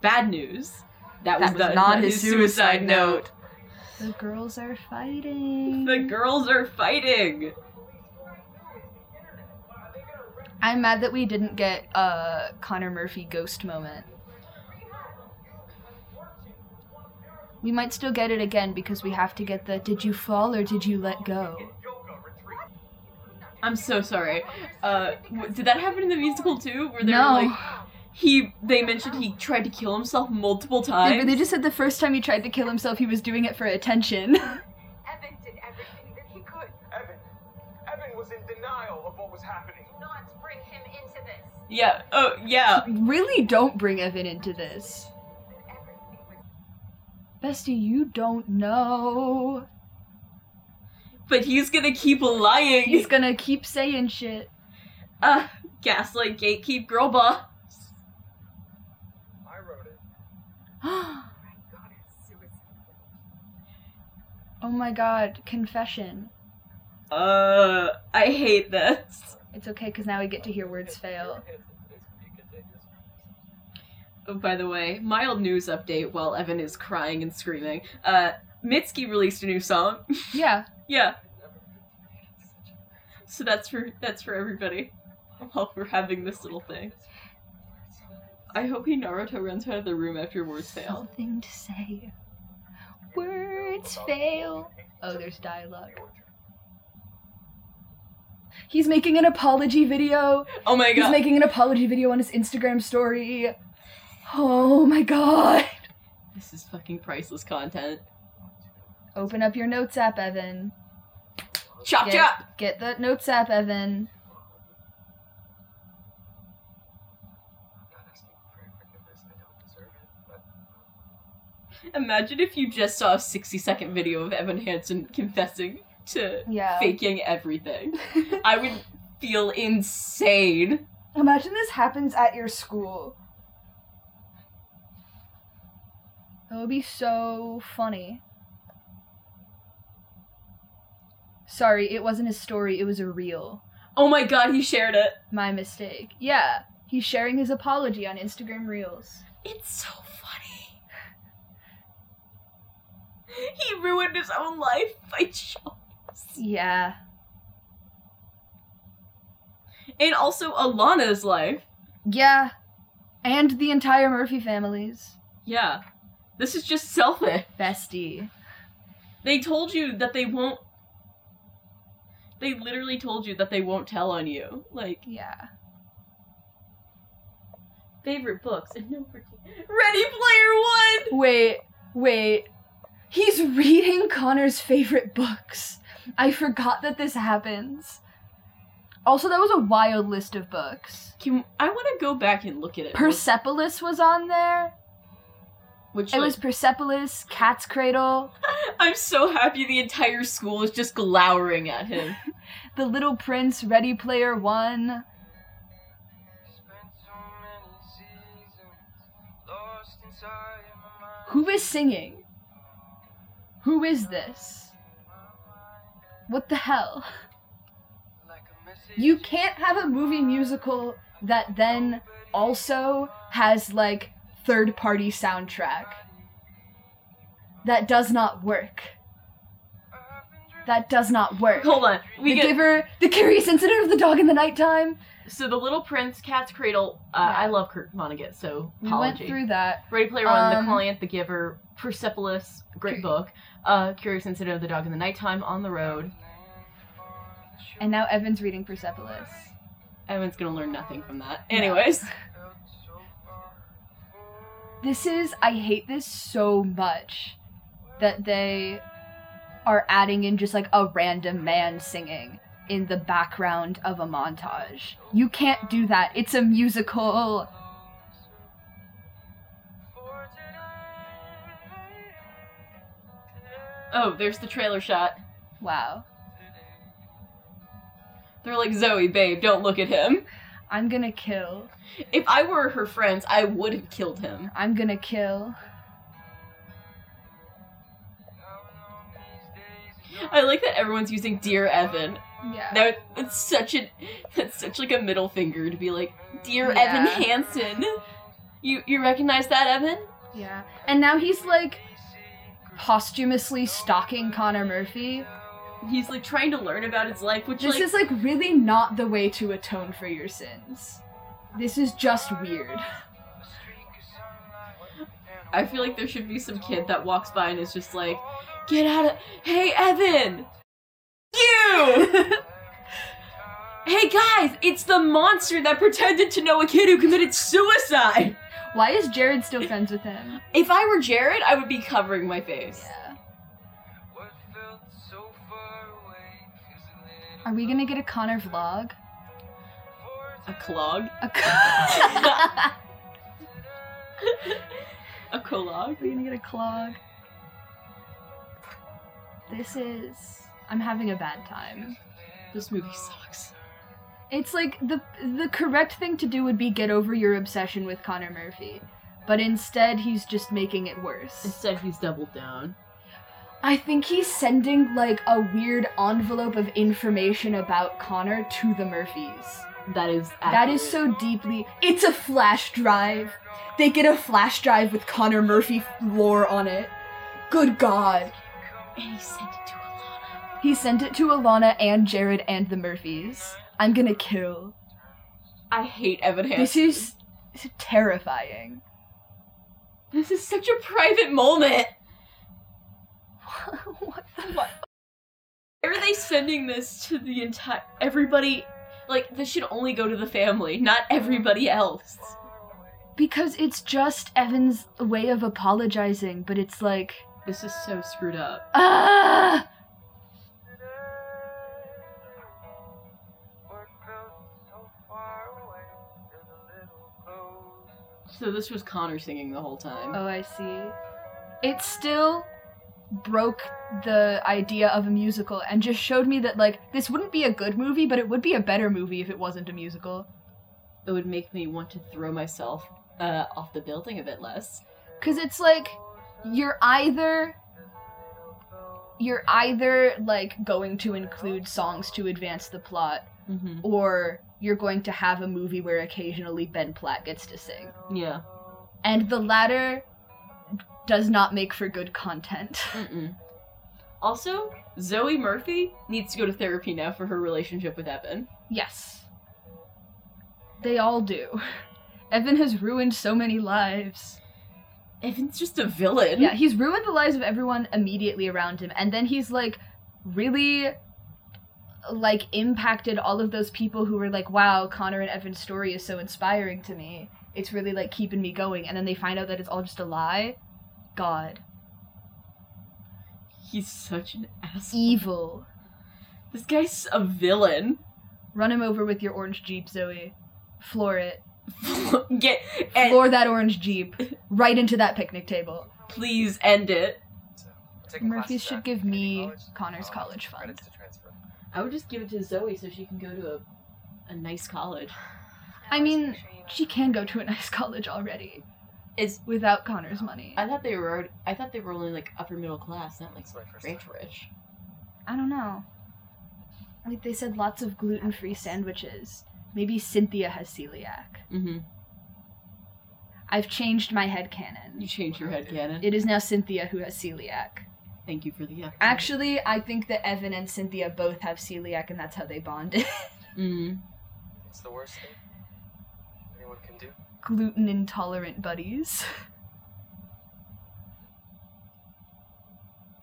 S2: Bad news. That,
S1: That
S2: was,
S1: was
S2: the-
S1: not
S2: that
S1: his
S2: is
S1: suicide note. The girls are fighting.
S2: The girls are fighting.
S1: I'm mad that we didn't get a Connor Murphy ghost moment. We might still get it again because we have to get the did you fall or did you let go?
S2: I'm so sorry. Uh, w- did that happen in the musical too? Where they
S1: No.
S2: were like, he, they mentioned he tried to kill himself multiple
S1: They,
S2: times.
S1: they just said the first time he tried to kill himself, he was doing it for attention.
S5: Evan did everything that he could.
S9: Evan. Evan was in denial of what was happening.
S5: Do not bring him into this.
S2: yeah, oh, yeah.
S1: really don't bring Evan into this.
S5: Everything was
S1: Bestie, you don't know.
S2: But he's gonna keep lying.
S1: He's gonna keep saying shit.
S2: uh, gaslight, gatekeep, girl boss.
S9: I wrote it.
S1: oh
S5: suicide.
S1: my god, confession.
S2: Uh, I hate this.
S1: It's okay because now we get to hear words fail.
S2: Oh, by the way, mild news update while Evan is crying and screaming. Uh, Mitski released a new song.
S1: Yeah,
S2: yeah. So that's for that's for everybody. While we're having this little thing. I hope he Naruto runs out of the room after words fail.
S1: Something to say. Words fail. Oh, there's dialogue. He's making an apology video.
S2: Oh my
S1: He's
S2: god.
S1: making an apology video on his Instagram story. Oh my god.
S2: this is fucking priceless content.
S1: Open up your notes app, Evan.
S2: Chop
S1: Get,
S2: chop!
S1: get that notes app, Evan.
S9: Not asking for your forgiveness. I don't deserve it. But
S2: Imagine if you just saw a 60 second video of Evan Hansen confessing to
S1: Yeah.
S2: faking everything. I would feel insane.
S1: Imagine this happens at your school. That would be so funny. Sorry, it wasn't a story, it was a reel.
S2: Oh my god, he shared it.
S1: My mistake. Yeah, he's sharing his apology on Instagram Reels.
S2: It's so funny. He ruined his own life by choice.
S1: Yeah.
S2: And also Alana's life.
S1: Yeah. And the entire Murphy family's.
S2: Yeah. This is just selfish.
S1: Bestie.
S2: They told you that they won't. They literally told you that they won't tell on you. Like,
S1: Yeah.
S2: favorite books and no particular. Ready Player One!
S1: Wait, wait. He's reading Connor's favorite books. I forgot that this happens. Also, that was a wild list of books.
S2: Can, I want to go back and look at it.
S1: Persepolis was on there.
S2: Which,
S1: It
S2: like,
S1: was Persepolis, Cat's Cradle,
S2: I'm so happy the entire school is just glowering at him.
S1: The Little Prince, Ready Player One. Who is singing? Who is this? What the hell? You can't have a movie musical that then also has like third party soundtrack. That does not work. That does not work.
S2: Hold on. Oh, We
S1: the
S2: get
S1: giver, the curious incident of the dog in the nighttime.
S2: so the Little Prince, Cat's Cradle. Uh,
S1: Yeah.
S2: I love Kurt Vonnegut, so
S1: We
S2: apology.
S1: went through that.
S2: Ready Player One,
S1: Um,
S2: The Client, The Giver, Persepolis, great
S1: Cur-
S2: book. Uh, Curious Incident of the Dog in the Nighttime, On the Road.
S1: And now Evan's reading Persepolis.
S2: Evan's gonna learn nothing from that. Anyways,
S1: This is I hate this so much that they are adding in just like a random man singing in the background of a montage. You can't do that. It's a musical.
S2: oh, there's the trailer shot.
S1: Wow.
S2: They're like Zoe, babe, don't look at him.
S1: I'm gonna kill.
S2: If I were her friends, I would have killed him.
S1: I'm gonna kill.
S2: I like that everyone's using Dear Evan.
S1: Yeah.
S2: That that's such a that's such like a middle finger to be like, dear
S1: Yeah.
S2: Evan Hansen. You you recognize that Evan?
S1: Yeah. And now he's like posthumously stalking Connor Murphy.
S2: He's like trying to learn about his life, which
S1: This
S2: like
S1: is like really not the way to atone for your sins. This is just weird.
S2: I feel like there should be some kid that walks by and is just like, get out of hey Evan, you. hey guys, it's the monster that pretended to know a kid who committed suicide.
S1: Why is Jared still friends with him?
S2: If I were Jared, I would be covering my face.
S1: Yeah. Are we gonna get a Connor vlog?
S2: A clog.
S1: A Con-
S2: A collage.
S1: We're gonna get a clog. This is. I'm having a bad time.
S2: This movie sucks.
S1: It's like the the correct thing to do would be get over your obsession with Connor Murphy, but instead he's just making it worse.
S2: Instead, he's doubled down.
S1: I think he's sending like a weird envelope of information about Connor to the Murphys.
S2: That is
S1: That is so deeply. It's a flash drive. They get a flash drive with Connor Murphy lore on it. Good God.
S2: And he sent it to Alana.
S1: He sent it to Alana and Jared and the Murphys. I'm gonna kill.
S2: I hate Evan Hansen.
S1: This is this is terrifying.
S2: this is such a private moment.
S1: what the fuck?
S2: Why are they sending this to the entire everybody? Like this should only go to the family, not everybody else.
S1: Because it's just Evan's way of apologizing, but it's like,
S2: This is so screwed up.
S1: ah!
S2: So this was Connor singing the whole time.
S1: Oh, I see. It still broke the idea of a musical and just showed me that, like, this wouldn't be a good movie, but it would be a better movie if it wasn't a musical.
S2: It would make me want to throw myself uh, off the building a bit less.
S1: Because it's like, you're either you're either like going to include songs to advance the plot
S11: Mm-hmm.
S1: or you're going to have a movie where occasionally Ben Platt gets to sing.
S11: Yeah.
S1: And the latter does not make for good content.
S11: Mm-mm.
S2: Also, Zoe Murphy needs to go to therapy now for her relationship with Evan.
S1: Yes. They all do. Evan has ruined so many lives.
S2: Evan's just a villain.
S1: Yeah, he's ruined the lives of everyone immediately around him, and then he's like really like impacted all of those people who were like, wow, Connor and Evan's story is so inspiring to me. It's really like keeping me going, and then they find out that it's all just a lie. God.
S2: He's such an asshole.
S1: Evil.
S2: This guy's a villain.
S1: Run him over with your orange jeep, Zoe. Floor it.
S2: Get and
S1: Floor that orange jeep right into that picnic table.
S2: please end it.
S1: Murphy's should give me Connor's college fund.
S2: I would just give it to Zoe so she can go to a a nice college.
S1: I mean, she can go to a nice college already
S2: Is
S1: without Connor's money.
S2: I thought they were already, I thought they were only like upper middle class, not like rich rich.
S1: I don't know. Like they said, lots of gluten-free sandwiches. Maybe Cynthia has celiac.
S2: Mm-hmm.
S1: I've changed my
S2: You
S1: headcanon.
S2: change your head cannon.
S1: It is now Cynthia who has celiac.
S2: Thank you for the effort.
S1: Actually, I think that Evan and Cynthia both have celiac, and that's how they bonded.
S2: Mm.
S4: It's the worst thing anyone can do.
S1: Gluten intolerant buddies.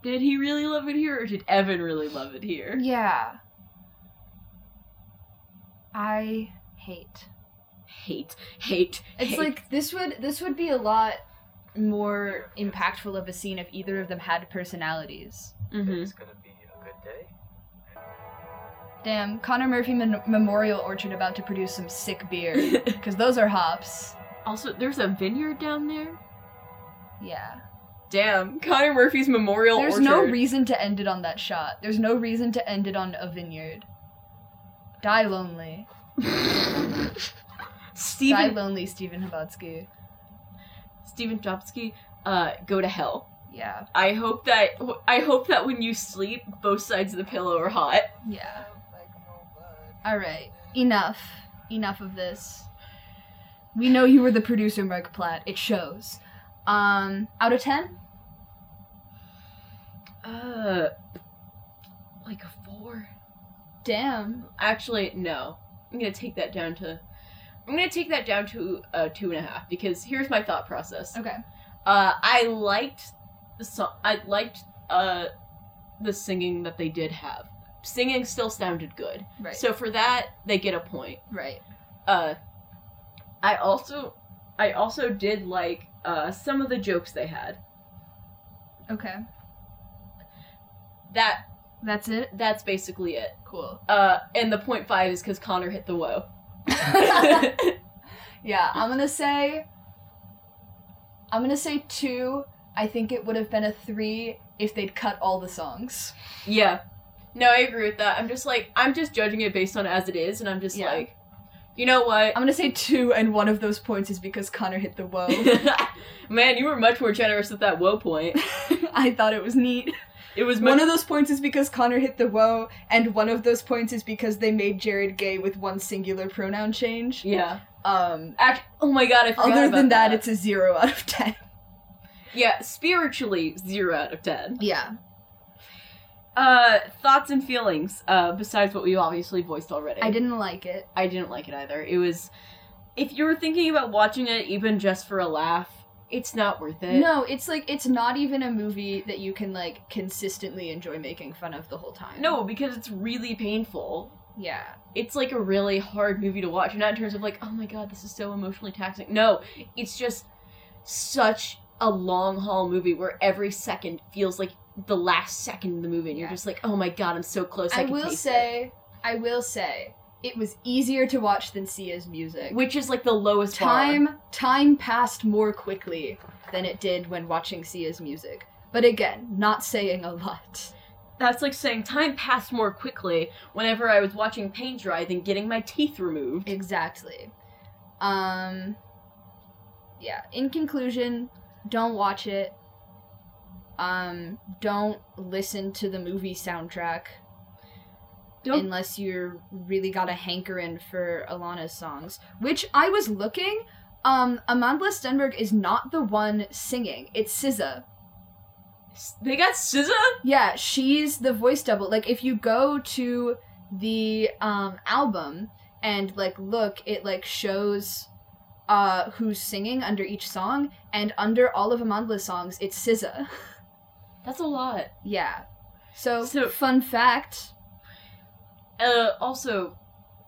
S2: Did he really love it here, or did Evan really love it here?
S1: Yeah. I hate.
S2: Hate, hate.
S1: It's
S2: hate.
S1: like this would this would be a lot more impactful of a scene if either of them had personalities.
S2: Mhm.
S4: It's gonna be a good day.
S1: Damn, Connor Murphy Mon- Memorial Orchard about to produce some sick beer because those are hops.
S2: also, there's a vineyard down there.
S1: Yeah.
S2: Damn, Connor Murphy's memorial.
S1: There's no
S2: orchard.
S1: reason to end it on that shot. There's no reason to end it on a vineyard. Die lonely. Die
S2: Stephen
S1: lonely, Stephen Habotsky.
S2: Stephen Jobsky, uh, go to hell.
S1: Yeah.
S2: I hope that I hope that when you sleep, both sides of the pillow are hot.
S1: Yeah. All right. Enough. Enough of this. We know you were the producer, Mark Platt. It shows. Um, out of 10?
S2: Uh, like a four.
S1: Damn.
S2: Actually, no. I'm gonna take that down to. I'm gonna take that down to uh, two and a half because here's my thought process.
S1: Okay.
S2: Uh, I liked the song. I liked uh, the singing that they did have. Singing still sounded good.
S1: Right.
S2: So for that, they get a point.
S1: right.
S2: Uh, I also, I also did like uh, some of the jokes they had.
S1: Okay.
S2: That
S1: That's it.
S2: that's basically it.
S1: Cool.
S2: Uh, and the point five is because Connor hit the woe.
S1: Yeah, I'm gonna say. I'm gonna say two. I think it would have been a three if they'd cut all the songs.
S2: yeah. No, I agree with that. I'm just like I'm just judging it based on as it is, and I'm just
S1: Yeah.
S2: like, you know what?
S1: I'm gonna say two, and one of those points is because Connor hit the woe.
S2: Man, you were much more generous with that woe point.
S1: I thought it was neat.
S2: It was much
S1: One of those points is because Connor hit the woe, and one of those points is because they made Jared gay with one singular pronoun change.
S2: yeah.
S1: Um,
S2: Act- oh my god, I forgot
S1: other
S2: about
S1: than that,
S2: that,
S1: it's a zero out of ten.
S2: yeah spiritually zero out of ten.
S1: Yeah.
S2: Uh, thoughts and feelings. Uh, besides what we obviously voiced already.
S1: I didn't like it.
S2: I didn't like it either. It was, if you were thinking about watching it even just for a laugh, it's not worth it.
S1: No, it's like it's not even a movie that you can like consistently enjoy making fun of the whole time.
S2: No, because it's really painful.
S1: Yeah.
S2: It's like a really hard movie to watch. Not in terms of like, oh my god, this is so emotionally taxing. No, it's just such a long haul movie where every second feels like the last second of the movie, and you're
S1: Yeah.
S2: just like, oh my god, I'm so close. I,
S1: I
S2: can
S1: will
S2: taste
S1: say, I will say, it was easier to watch than Sia's music.
S2: it. which is like the lowest bar.
S1: time time passed more quickly than it did when watching Sia's music. But again, not saying a lot.
S2: That's like saying time passed more quickly whenever I was watching Pain Dry than getting my teeth removed.
S1: Exactly. Um. Yeah. In conclusion, don't watch it. Um, don't listen to the movie soundtrack
S2: Don't-
S1: unless you're really got a hankering for Alana's songs. Which I was looking. Um, Amandla Stenberg is not the one singing. It's SZA.
S2: S- They got SZA?
S1: Yeah, she's the voice double. Like if you go to the um album and like look, it like shows uh who's singing under each song and under all of Amandla's songs, it's SZA.
S2: That's a lot.
S1: yeah. So,
S2: So-
S1: fun fact,
S2: Uh, also,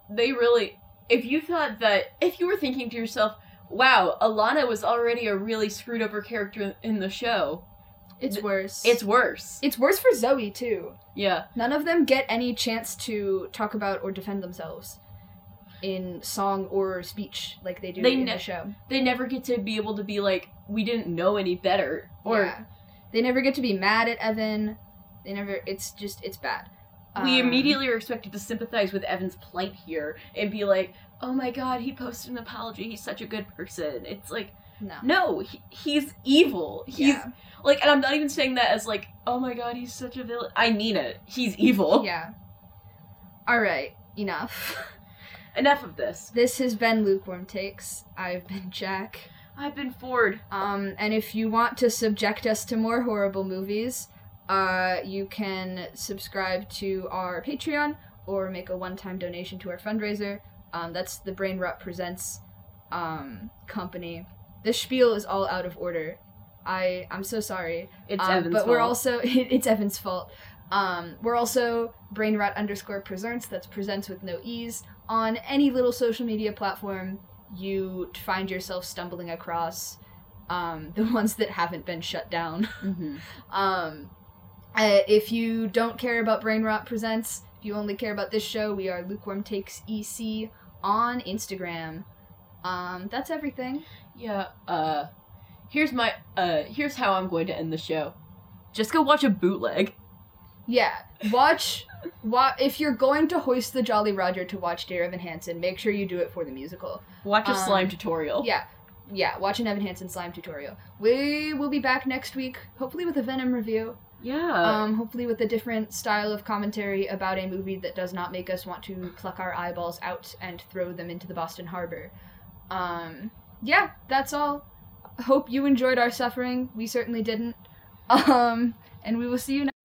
S2: they really. If you thought that. If you were thinking to yourself, wow, Alana was already a really screwed over character in the show,
S1: it's
S2: Th-
S1: worse.
S2: it's worse.
S1: it's worse for Zoe too.
S2: yeah.
S1: None of them get any chance to talk about or defend themselves in song or speech like they do
S2: They
S1: in
S2: ne-
S1: the show.
S2: They never get to be able to be like, we didn't know any better. Or.
S1: Yeah. they never get to be mad at Evan. They never. It's just it's bad.
S2: we
S1: Um,
S2: immediately are expected to sympathize with Evan's plight here and be like, "Oh my God, he posted an apology. He's such a good person." It's like,
S1: no.
S2: no, he, he's evil. He's
S1: Yeah.
S2: like, and I'm not even saying that as like, "Oh my God, he's such a villain." I mean it. He's evil.
S1: Yeah. All right. Enough.
S2: Enough of this.
S1: this has been lukewarm takes. I've been Jack.
S2: I've been Ford.
S1: Um, and if you want to subject us to more horrible movies, uh, you can subscribe to our Patreon or make a one-time donation to our fundraiser. Um, that's the Brain Rot Presents um, company. This spiel is all out of order. I I'm so sorry.
S2: It's
S1: Um,
S2: Evan's
S1: but we're
S2: fault.
S1: also it, it's Evan's fault. Um, we're also brain rot underscore presents. That's presents with no e's on any little social media platform you find yourself stumbling across. Um, the ones that haven't been shut down.
S12: Mm-hmm.
S1: Um, uh, if you don't care about brain rot presents, if you only care about this show, we are lukewarm takes ec on Instagram. Um, that's everything.
S2: yeah. Uh, here's my. Uh, here's how I'm going to end the show. Just go watch a bootleg.
S1: Yeah, watch. wa- if you're going to hoist the Jolly Roger to watch Dear Evan Hansen, make sure you do it for the musical.
S2: Watch a
S1: Um,
S2: slime tutorial.
S1: Yeah, yeah, watch an Evan Hansen slime tutorial. We will be back next week, hopefully with a Venom review.
S2: Yeah.
S1: Um, hopefully with a different style of commentary about a movie that does not make us want to pluck our eyeballs out and throw them into the Boston Harbor. Um, yeah, that's all. Hope you enjoyed our suffering. We certainly didn't. Um, and we will see you next.